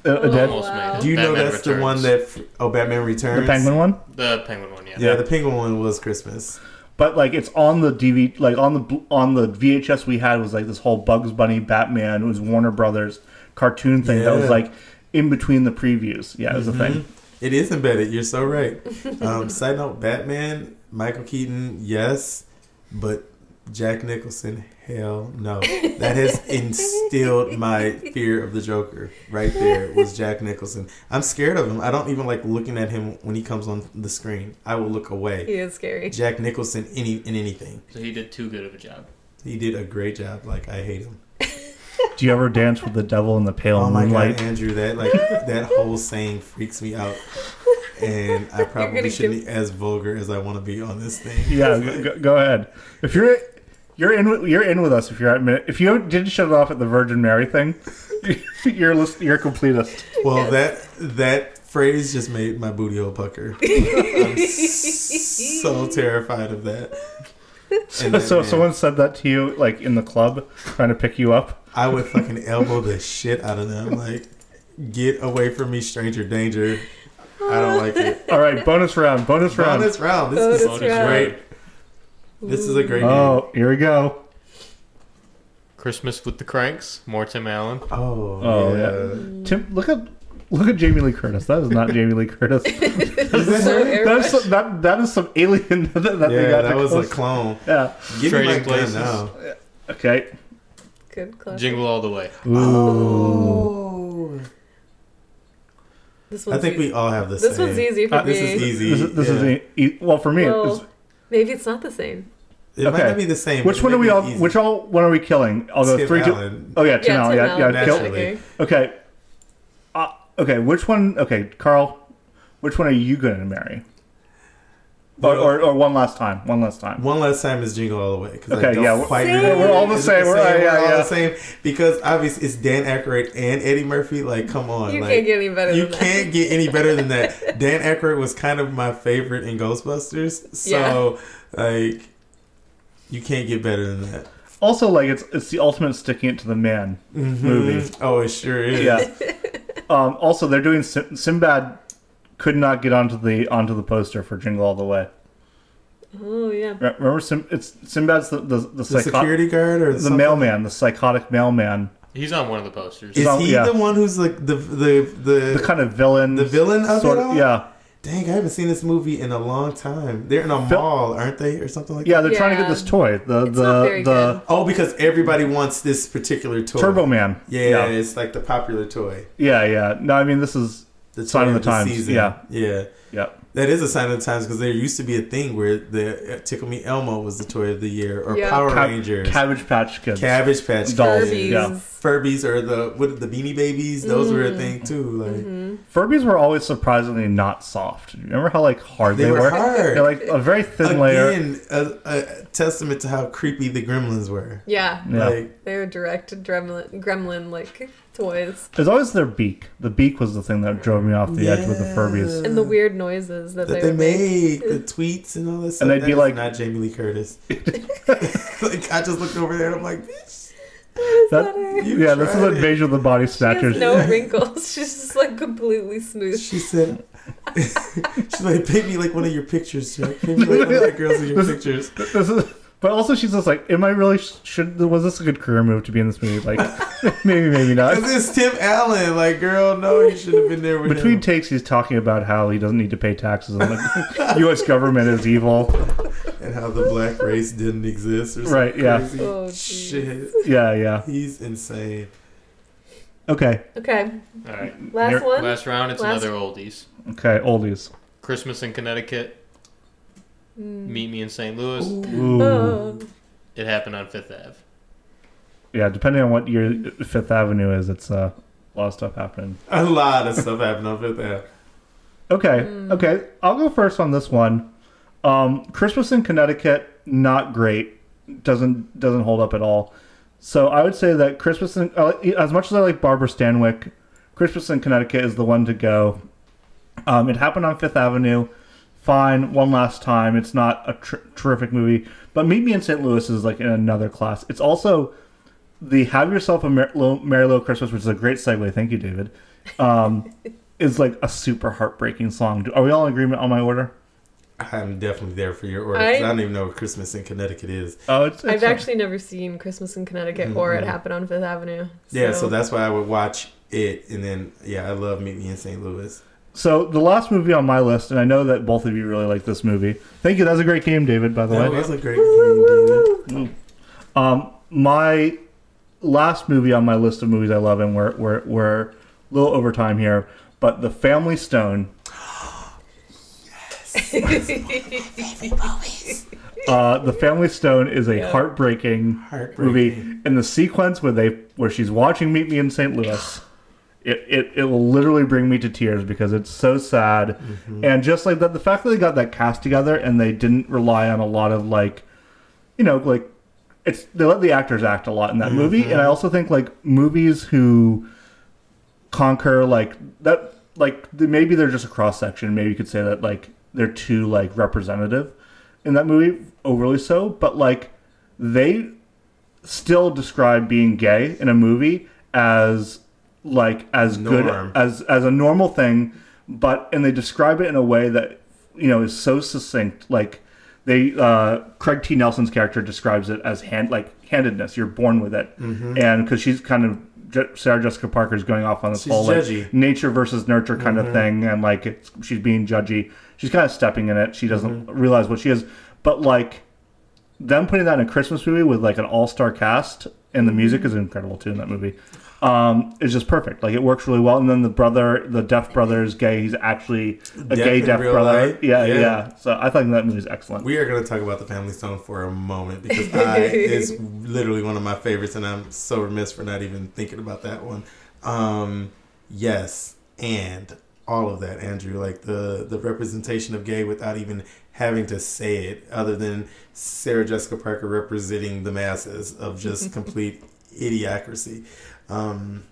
A: Uh, uh, that-
C: Oh,
D: Almost made it.
C: Do you know
D: Batman
C: that's the
D: Returns.
C: one that f- oh Batman
A: the
C: Returns?
A: Penguin one,
D: the penguin one? Yeah.
C: Yeah, the penguin one was Christmas.
A: but like it's on the DV, like on the bl- on the VHS we had was like this whole Bugs Bunny Batman. It was Warner Brothers cartoon thing that was
C: Yeah.
A: like in between the previews. Yeah, it was a
C: Mhm.
A: thing.
C: It is embedded. You're so right. Um, side note: Batman, Michael Keaton, yes, but Jack Nicholson, hell no. That has instilled my fear of the Joker. Right there was Jack Nicholson. I'm scared of him. I don't even like looking at him when he comes on the screen. I will look away.
B: He is scary.
C: Jack Nicholson, any in anything,
D: So he did too good of a job.
C: he did a great job. Like I hate him.
A: Do you ever dance with the devil in the pale
C: Oh my
A: moonlight?
C: god, Andrew, that like that whole saying freaks me out. And I probably
B: gonna
C: shouldn't
B: give-
C: be as vulgar as I want to be on this thing.
A: Yeah, go- go, go ahead. If you're you're in with- you're in with us. If you're at minute, if you didn't shut it off at the Virgin Mary thing, you're list, you're a completist.
C: Well, that that phrase just made my booty hole pucker. I'm s- so terrified of that. And
A: So,
C: that
A: so if
C: man,
A: someone said that to you, like in the club, trying to pick you up.
C: I would fucking elbow the shit out of them. Like, get away from me, stranger danger. I don't like it.
A: All right, bonus round, bonus round.
C: Bonus round. This
B: Bonus
C: is
B: Bonus round.
C: great. This is a great game.
A: Oh, here we go.
D: Christmas with the Cranks, more Tim Allen.
C: Oh,
A: Oh,
C: yeah.
A: Tim, look at look at Jamie Lee Curtis. That is not Jamie Lee Curtis.
C: Is that
B: So
C: her?
A: That's some, that that is some alien that, that they
C: Yeah,
A: got.
C: that
A: to
C: was a
A: close.
C: clone.
A: yeah.
C: Give me my
D: Trading
C: gun
D: Places.
C: now.
A: Okay.
B: Good class.
D: Jingle all the way.
A: Ooh.
C: Oh.
B: This
C: I
B: one's
C: think
B: easy.
C: we all have the
B: This
C: same.
B: one's easy for
A: Uh,
B: me.
C: this is easy.
A: This, is- this
C: yeah.
A: is a, e- well for me.
B: Well,
A: it's-
B: maybe it's not the same.
C: It might
A: Okay.
C: not be the same.
A: which one are we all? Which all one are we killing? I'll go three, two- Oh yeah, Tim Allen.
B: Tim
A: Yeah, yeah.
B: Allen,
A: Kill,
C: Naturally.
B: okay.
A: Okay. Uh, okay, which one? Okay, Carl, which one are you going to marry? Or, or, or one last time. One last time.
C: One last time is Jingle All the Way because
A: Okay,
C: I don't
A: yeah, we're-
C: quite
B: Same.
C: remember.
B: We're all
A: the
C: Is it
A: same, we're- yeah,
C: We're all
A: yeah.
C: the same because obviously it's Dan Aykroyd and Eddie Murphy. Like, come on,
B: You
C: like,
B: can't get any better
C: you
B: than that.
C: can't get any better than that. Dan Aykroyd was kind of my favorite in Ghostbusters, so like, you can't get better than that.
A: Also, like it's it's the ultimate sticking it to the man
C: Mhm.
A: movie.
C: Oh, it sure is.
A: Yeah. um, also, they're doing Sim- Sinbad could not get onto the onto the poster for Jingle All the Way.
B: Oh yeah.
A: Re- Remember, Sim- it's Sinbad's the the, the,
C: The
A: psycho-
C: security guard or
A: the
C: something?
A: mailman, the psychotic mailman,
D: He's on one of the posters.
C: Is
A: all-
C: he
A: yeah.
C: the one who's like the the
A: the
C: the
A: kind of villain,
C: the villain of
A: sort
C: it all?
A: of, yeah,
C: Dang, I haven't seen this movie in a long time. They're in a
A: Phil-
C: mall, aren't they, or something like that?
A: yeah. They're trying to get
B: Yeah.
A: this toy, the
B: It's
A: the
B: not very
A: the
C: Oh, because everybody wants this particular toy.
A: Turbo Man.
C: Yeah,
A: yeah,
C: it's like the popular toy.
A: Yeah, yeah. No, I mean this is
C: The toy
A: Sign of the times, yeah.
C: yeah.
A: yeah.
C: That is a sign of the times because there used to be a thing where the uh, Tickle Me Elmo was the toy of the year, or
B: Yeah.
C: Power
A: Cab-
C: Rangers,
A: Cabbage Patch Kids.
C: Cabbage Patch
A: Dolls,
C: Kids,
B: Furbies. Mm.
A: yeah.
C: Furbies, or the what the Beanie Babies. Those were a thing too. Like
B: Mm-hmm.
A: Furbies were always surprisingly not soft. Remember how like hard
C: they,
A: they,
C: were, hard.
A: They're like a very thin layer.
C: Again, a, a testament to how creepy the Gremlins were.
B: Yeah.
A: Yeah.
C: Like
B: They were direct gremlin, gremlin like toys,
A: There's always their beak. The beak was the thing that drove me off the edge with the Furbies.
B: and the weird noises that,
C: Uh, that
B: they,
C: they
B: would make.
C: made the tweets and all this.
A: And
C: stuff.
A: they'd
C: That
A: be
C: is
A: like-
C: not Jamie Lee Curtis. like I just looked over there and I'm like, bitch,
A: That-
C: you
A: yeah, this is
C: tried it.
A: Invasion of the Body
B: She
A: Snatchers.
B: has no wrinkles. She's just like completely smooth.
C: She said, she's like, paint me like one of your pictures, Jack. Paint me like one of the girls in your pictures.
A: This is, but also she's just like, am I really should? Was this a good career move to be in this movie? Like, maybe, maybe not.
C: Because it's Tim Allen. Like, girl, no, you should have been there with
A: Between
C: him.
A: takes, he's talking about how he doesn't need to pay taxes and the U.S. government is evil.
C: and how the black race didn't exist or some
A: Right, yeah.
C: crazy
B: Oh, geez.
C: shit.
A: Yeah, yeah.
C: He's insane.
A: Okay,
B: Okay,
D: All right.
B: last
A: Here-
B: one.
D: Last round, it's
B: Last-
D: another oldies.
A: okay, oldies.
D: Christmas in Connecticut,
B: Mm.
D: Meet Me in St. Louis.
A: Ooh.
B: Oh.
D: It happened on Fifth Ave.
A: Yeah, depending on what year Fifth Avenue is, it's uh, a lot of stuff happening.
C: A lot of stuff happened on Fifth Ave.
A: Okay, okay, I'll go first on this one. Um, Christmas in Connecticut, not great. Doesn't doesn't hold up at all. So I would say that Christmas in uh, as much as I like Barbara Stanwyck, Christmas in Connecticut is the one to go. Um, it happened on Fifth Avenue. fine, one last time. It's not a tr- terrific movie, but Meet Me in St. Louis is like in another class. It's also the Have Yourself a Mer- Lo- Merry Little Christmas, which is a great segue. Thank you, David. Um, is like a super heartbreaking song. Do- Are we all in agreement on my order?
C: I'm definitely there for your order. 'cause I,
B: I-
C: don't even know what Christmas in Connecticut is.
A: Oh, it's, it's
B: I've actually never seen Christmas in Connecticut or It Happened on Fifth Avenue.
C: Mm-hmm. Yeah, so that's why I would watch it, and then yeah, I love Meet Me in St. Louis.
A: So the last movie on my list, and I know that both of you really like this movie. Thank you. That was a great game, David. By the
C: That
A: way,
C: was a great movie.
A: um, my last movie on my list of movies I love, and we're we're we're a little over time here, but The Family Stone. Uh, the Family Stone is a heartbreaking,
C: Heartbreaking.
A: movie, and the sequence where they where she's watching Meet Me in St. Louis, it, it it will literally bring me to tears because it's so sad, and just like that, the fact that they got that cast together and they didn't rely on a lot of like, you know, like it's they let the actors act a lot in that movie, and I also think like movies who conquer like that like th- maybe they're just a cross section maybe you could say that like they're too like representative in that movie overly so but like they still describe being gay in a movie as like as
C: Norm.
A: good as as a normal thing but and they describe it in a way that you know is so succinct like they uh craig t nelson's character describes it as hand like handedness you're born with it and because she's kind of Je- sarah jessica parker's going off on this
C: She's
A: whole like,
C: judgy. Mm-hmm.
A: nature versus nurture kind of thing and like it's, she's being judgy she's kind of stepping in it she doesn't
C: Mm-hmm.
A: realize what she is but like them putting that in a christmas movie with like an all-star cast and the music
C: Mm-hmm.
A: is incredible too in that movie um it's just perfect like it works really well and then the brother the deaf brother is gay he's actually a
C: Deaf
A: gay
C: in
A: deaf
C: real
A: brother
C: life?
A: Yeah,
C: Yeah.
A: yeah so i think that movie's excellent
C: We are going to talk about the Family Stone for a moment because I, it's literally one of my favorites, and I'm so remiss for not even thinking about that one. Um, yes, and all of that, Andrew, like the the representation of gay without even having to say it, other than Sarah Jessica Parker representing the masses of just complete idiocracy. Um,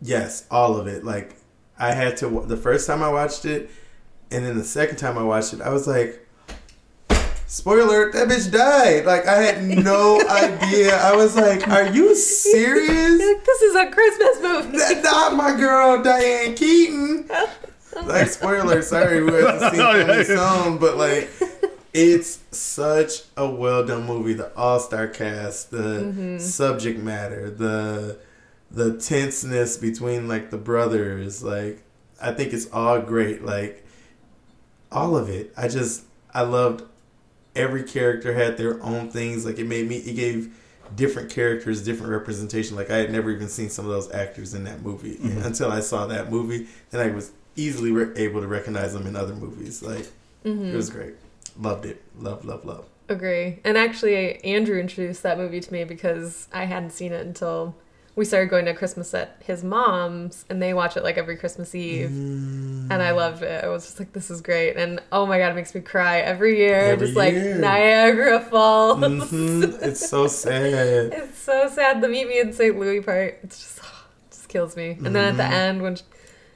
C: yes, all of it. Like I had to the first time I watched it. And then the second time I watched it, I was like, spoiler, alert, that bitch died. Like, I had no idea. I was like, are you serious?
B: Like, this is a Christmas movie.
C: That's not my girl, Diane Keaton. Like, spoiler, alert, sorry, we haven't seen Family Stone, but like, it's such a well done movie. The all star cast, the subject matter, the the tenseness between like the brothers, like I think it's all great. Like all of it. I just I loved every character had their own things. Like it made me it gave different characters different representation. Like I had never even seen some of those actors in that movie And until I saw that movie, and I was easily re- able to recognize them in other movies. Like
B: Mm-hmm.
C: it was great. Loved it. Love, love, love.
B: Agree. And actually, Andrew introduced that movie to me because I hadn't seen it until we started going to Christmas at his mom's, and they watch it like every Christmas Eve.
C: Mm.
B: Mm-hmm. And I loved it. I was just like, this is great. And oh my God, it makes me cry every year.
C: Every
B: just like
C: year.
B: Niagara Falls.
C: Mhm. it's so sad.
B: It's so sad. The meet me in St. Louis part. It's just, just kills me. And then
C: Mm-hmm.
B: at the end, when sh-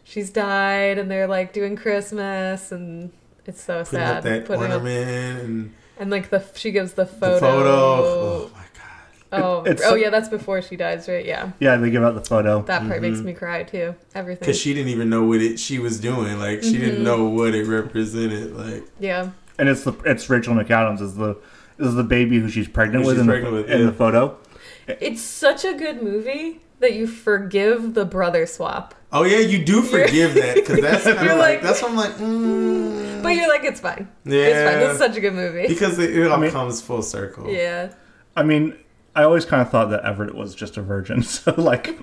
B: she's died, and they're like doing Christmas, and it's so
C: Putting
B: sad.
C: up that
B: Putting up-
C: ornament and
B: and like the she gives the photo.
C: the photo. Oh my god.
B: Oh,
A: It- it's
B: oh
A: so-
B: yeah, that's before she dies, right? Yeah,
A: yeah they give out the photo
B: that part makes me cry too. Everything.
C: Mm-hmm. Cause she didn't even know what it she was doing. Like she
B: Mm-hmm.
C: didn't know what it represented. Like
B: yeah,
A: and it's the it's Rachel McAdams is the is the baby who she's pregnant
C: Who
A: with,
C: she's
A: in,
C: pregnant
A: the,
C: with,
A: in
C: yeah.
A: the photo.
C: Eh.
B: it's such a good movie that you forgive the brother swap,
C: Oh yeah, you do forgive that because that's kind
B: You're
C: of like,
B: like-
C: that's what I'm like. Mm.
B: but you're like, it's fine. It's fine. This
C: yeah,
B: is such a good movie.
C: because it, it all
A: mean-
C: comes full circle.
B: Yeah.
A: I mean, I always kind of thought that Everett was just a virgin. So like,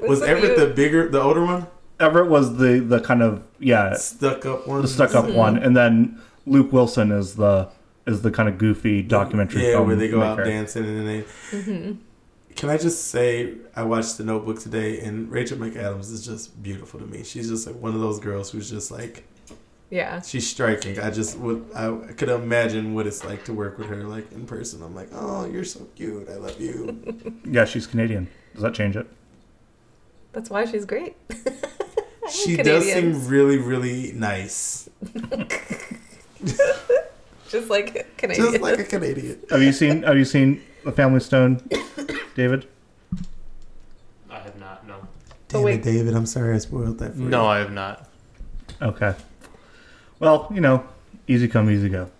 C: Was
B: so
C: Everett
B: cute.
C: the bigger, the older one,
A: Everett was the the kind of yeah
C: stuck up one,
A: Uh, the stuck up one, and then Luke Wilson is the is the kind of goofy documentary.
C: Yeah,
A: film
C: where they go out
A: maker.
C: dancing and then they.
B: Mm-hmm.
C: Can I just say I watched The Notebook today and Rachel McAdams is just beautiful to me. She's just like one of those girls who's just like
B: Yeah.
C: she's striking. I just would I could imagine what it's like to work with her like in person. I'm like, oh, you're so cute. I love you.
A: Yeah, she's Canadian. Does that change it?
B: That's why she's great. I mean,
C: She does
B: Canadians,
C: seem really, really nice.
B: just like Canadians.
C: Just like a Canadian.
A: Have you seen Have you seen The Family Stone, David?
D: I have not. No.
C: Damn
B: wait.
C: it, David. I'm sorry I spoiled that for you.
D: No, I have not.
A: Okay. Well, you know, easy come, easy go.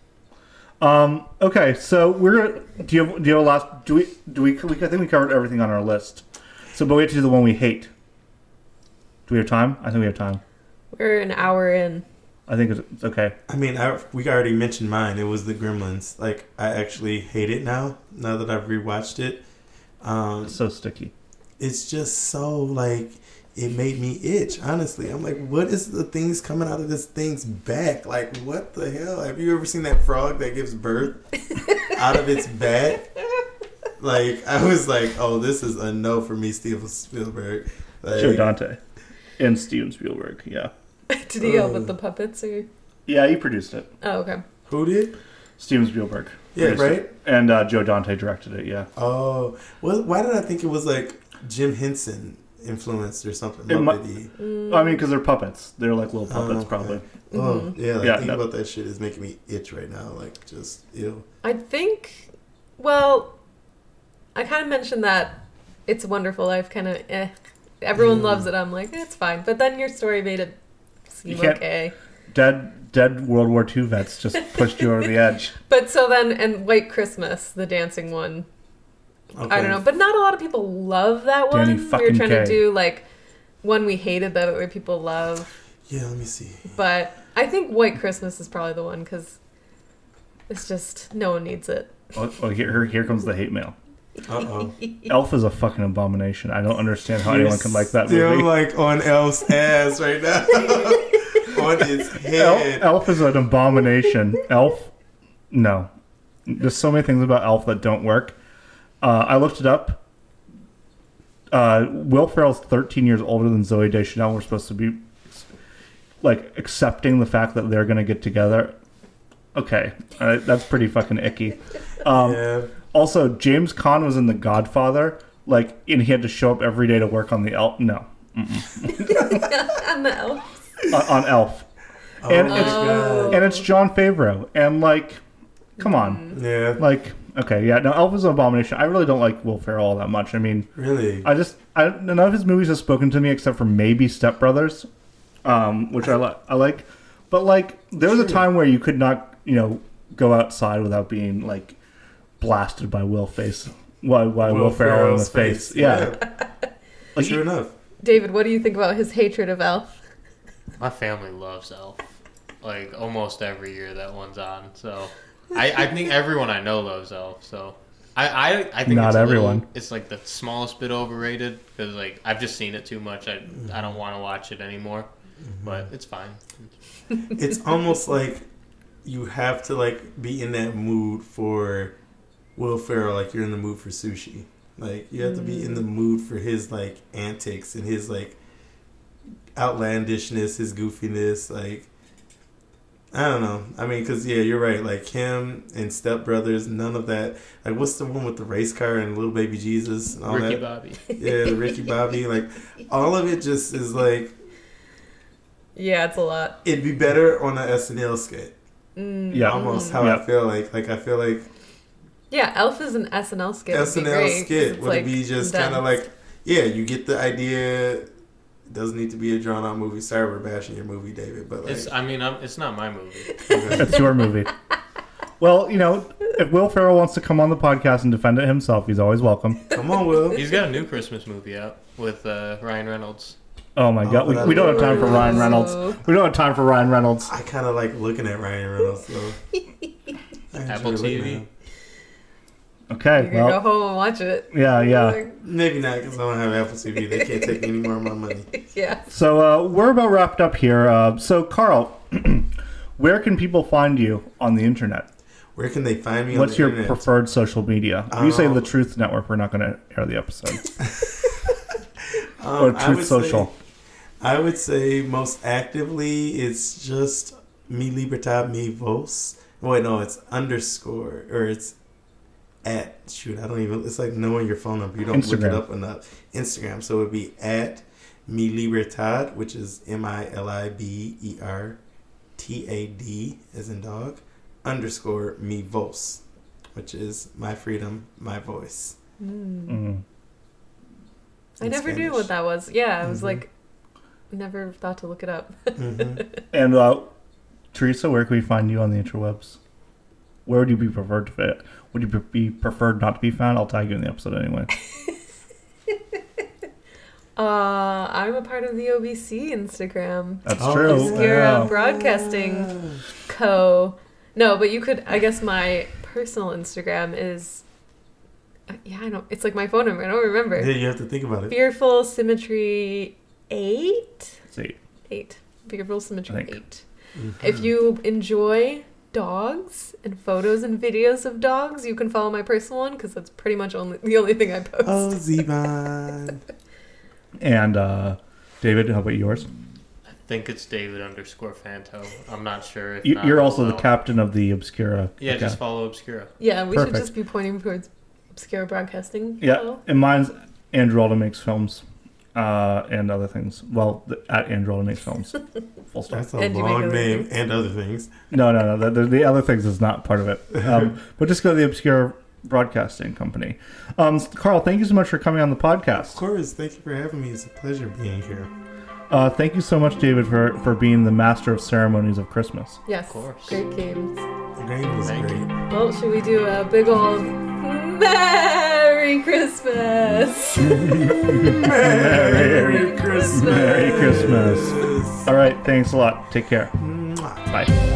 A: Um. Okay. So we're. Do you have Do you have a last? Do we Do we? we I think we covered everything on our list. So, but we have to do the one we hate. Do we have time? I think we have time.
B: We're an hour in.
A: I think it's, it's okay.
C: I mean, I, we already mentioned mine. It was the Gremlins. Like, I actually hate it now. Now that I've rewatched it, um,
A: It's so sticky.
C: it's just so like it made me itch. Honestly, I'm like, what is the things coming out of this thing's back? Like, what the hell? Have you ever seen that frog that gives birth out of its back? Like, I was like, oh, this is a no for me, Steven Spielberg. Like,
A: Joe Dante and Steven Spielberg. Yeah.
B: Did he help with the puppets or?
A: Yeah, he produced it.
B: Oh, okay.
C: who did?
A: Steven Spielberg.
C: Yeah,
A: produced it.
C: right?
A: And uh, Joe Dante directed it. Yeah.
C: Oh, well, why did I think it was like Jim Henson influenced or something?
A: It mu-
C: Muppety.
B: Mm,
A: I mean, because they're puppets. They're like little puppets,
C: okay.
A: probably.
B: Mm-hmm.
C: Oh, yeah. Like,
A: Yeah,
C: thinking
A: no.
C: about that shit is making me itch right now. Like, just ew.
B: I think. Well, I kind of mentioned that it's a wonderful life. Kind of, eh.
A: Mm.
B: Everyone loves it. I'm like, eh, it's fine. But then your story made it seem
A: You can't-
B: okay.
A: Dead Dead World War II vets just pushed you over the edge.
B: But so then, and White Christmas, the dancing one. I
C: Okay.
B: don't know, but not a lot of people love that
A: Danny
B: one. We were
A: fucking
B: trying
A: Kaye.
B: to do like one we hated that other people love,
C: Yeah, let me see.
B: but I think White Christmas is probably the one because it's just no one needs it.
A: Oh, oh, here, here- here comes the hate mail.
C: Uh oh.
A: Elf is a fucking abomination. I don't understand how anyone can like that
C: Still
A: movie.
C: like on Elf's ass right now. on his
A: Elf,
C: head.
A: Elf is an abomination. Elf, no. There's so many things about Elf that don't work. Uh, I looked it up. Uh, Will Ferrell's 13 years older than Zoe Deschanel. We're supposed to be like accepting the fact that they're going to get together. Okay, uh, that's pretty fucking icky. Um,
C: yeah.
A: Also, James Caan was in The Godfather, like, and he had to show up every day to work on the Elf. No,
B: And the elf.
A: on, on Elf,
C: Oh
A: and
C: my
A: it's-
C: god.
B: Oh.
A: and it's John Favreau, and like, come on,
C: yeah.
A: like, okay, yeah, no, Elf is an abomination. I really don't like Will Ferrell all that much. I mean,
C: Really?
A: I just, I none of his movies have spoken to me except for maybe Step Brothers, um, which I like, I like, but like, there was a time where you could not, you know, go outside without being like blasted by Will Face. Why, why Will, Ferrell in the
C: Ferrell's
A: face? Yeah,
C: yeah.
A: Like,
C: Sure enough.
B: David, what do you think about his hatred of Elf?
D: My family loves Elf. Like almost every year that one's on. So I, I think everyone I know loves Elf. So I I, I think
A: Not
D: it's a little-
A: everyone.
D: it's like the smallest bit overrated because like I've just seen it too much. I I don't want to watch it anymore.
A: Mm-hmm.
D: But it's fine.
C: it's almost like you have to like be in that mood for Will Ferrell, like you're in the mood for sushi. Like you have to be in the mood for his like antics and his like outlandishness, his goofiness. Like I don't know. I mean, because yeah, you're right. Like him and Step Brothers, none of that. Like what's the one with the race car and little baby Jesus and all
D: Ricky
C: that?
D: Bobby.
C: yeah, the Ricky Bobby. Like all of it just is like
B: Yeah, it's a lot.
C: it'd be better on an SNL skit.
A: yeah,
B: Mm.
C: almost how
A: Yeah.
C: I feel like. Like I feel like
B: Yeah, Elf is an SNL skit. It'd be
C: SNL
B: great, 'cause
C: skit
B: it's,
C: would
B: like,
C: be just kind of
B: dense.
C: like, yeah, you get the idea. It doesn't need to be a drawn out movie. Sorry, we're bashing your movie, David, but like,
D: It's I mean I'm, it's not my movie.
C: okay.
A: It's your movie. Well, you know, if Will Ferrell wants to come on the podcast and defend it himself, he's always welcome.
C: come on, Will.
D: He's got a new Christmas movie out with uh, Ryan Reynolds.
A: Oh my god, we, we don't have time for Ryan Reynolds. We don't have time for Ryan Reynolds.
C: I kind of like looking at Ryan Reynolds. So. I enjoy
D: Apple
C: looking at
D: TV.
C: him.
A: Okay,
B: You're gonna go
A: well,
B: home and watch it.
A: yeah, yeah.
C: Maybe not because I don't have Apple TV. They can't take any more of my money.
B: yeah.
A: So uh, we're about wrapped up here. Uh, so Carl, where can people find you on the internet?
C: Where can they find me?
A: What's
C: on the
A: your
C: internet?
A: preferred social media? If you say
C: Um,
A: the Truth Network, we're not going to air the episode.
C: Um,
A: Or
C: I
A: Truth
C: would
A: Social.
C: say- I would say most actively it's just me libertad me vos. Wait, no, it's underscore or it's at. Shoot, I don't even. It's like knowing your phone number. You don't look
A: Instagram.
C: it up enough. Instagram. So it would be at Mi Libertad, which is M I L I B E R T A D, as in dog, underscore Mi Voz, which is my freedom, my voice.
B: Mm.
A: Mm.
B: I never knew what that was. Yeah, I was like, never thought to look it up.
C: hmm
A: And uh, Teresa, where can we find you on the interwebs? Where would you be preferred to fit? Would you be preferred not to be found? I'll tag you in the episode anyway.
B: Uh, I'm a part of the OBC Instagram.
A: That's
C: Oh,
A: true.
C: obscure
A: Yeah.
B: Obscura uh, Broadcasting Co. No, but you could. I guess my personal Instagram is. uh, Yeah, I don't. It's like my phone number. I don't
C: Yeah,
B: remember.
C: you have to think about it.
B: Fearful Symmetry Eight.
A: See,
B: Eight. Fearful Symmetry
A: I think.
B: Eight. If you enjoy dogs and photos and videos of dogs, you can follow my personal one because that's pretty much only the only thing I post.
C: Oh, Zebon.
A: and uh, David, how about yours?
D: I think it's David underscore Fanto. I'm not sure. If
A: You,
D: not,
A: you're also the
D: I'll-
A: captain of the Obscura.
D: Uh, Yeah,
A: Okay.
D: just follow Obscura.
B: Yeah, we
A: Perfect.
B: should just be pointing towards obscure broadcasting. Oh.
A: Yeah,
B: Hello.
A: and mine's Andrew Alden makes films uh, and other things. Well, th- at Andrew Alden makes films. Full stop.
C: That's a
B: And you make
C: long
B: other
C: name
B: things.
C: and other things.
A: No, no, no. The, the other things is not part of it. Um, but just go to the Obscure Broadcasting Company. Um, Carl, thank you so much for coming on the
C: Of
A: podcast.
C: course, thank you for having me. It's a pleasure being here.
A: Uh, thank you so much, David, for, for being the master of ceremonies of Christmas.
B: Yes.
D: Of course.
B: Great games.
C: The game was
D: Thank
C: great.
D: you.
B: Well, should we do a big old Merry Christmas?
C: Merry Christmas.
A: Merry Christmas. All right. Thanks a lot. Take care.
C: Mwah.
A: Bye.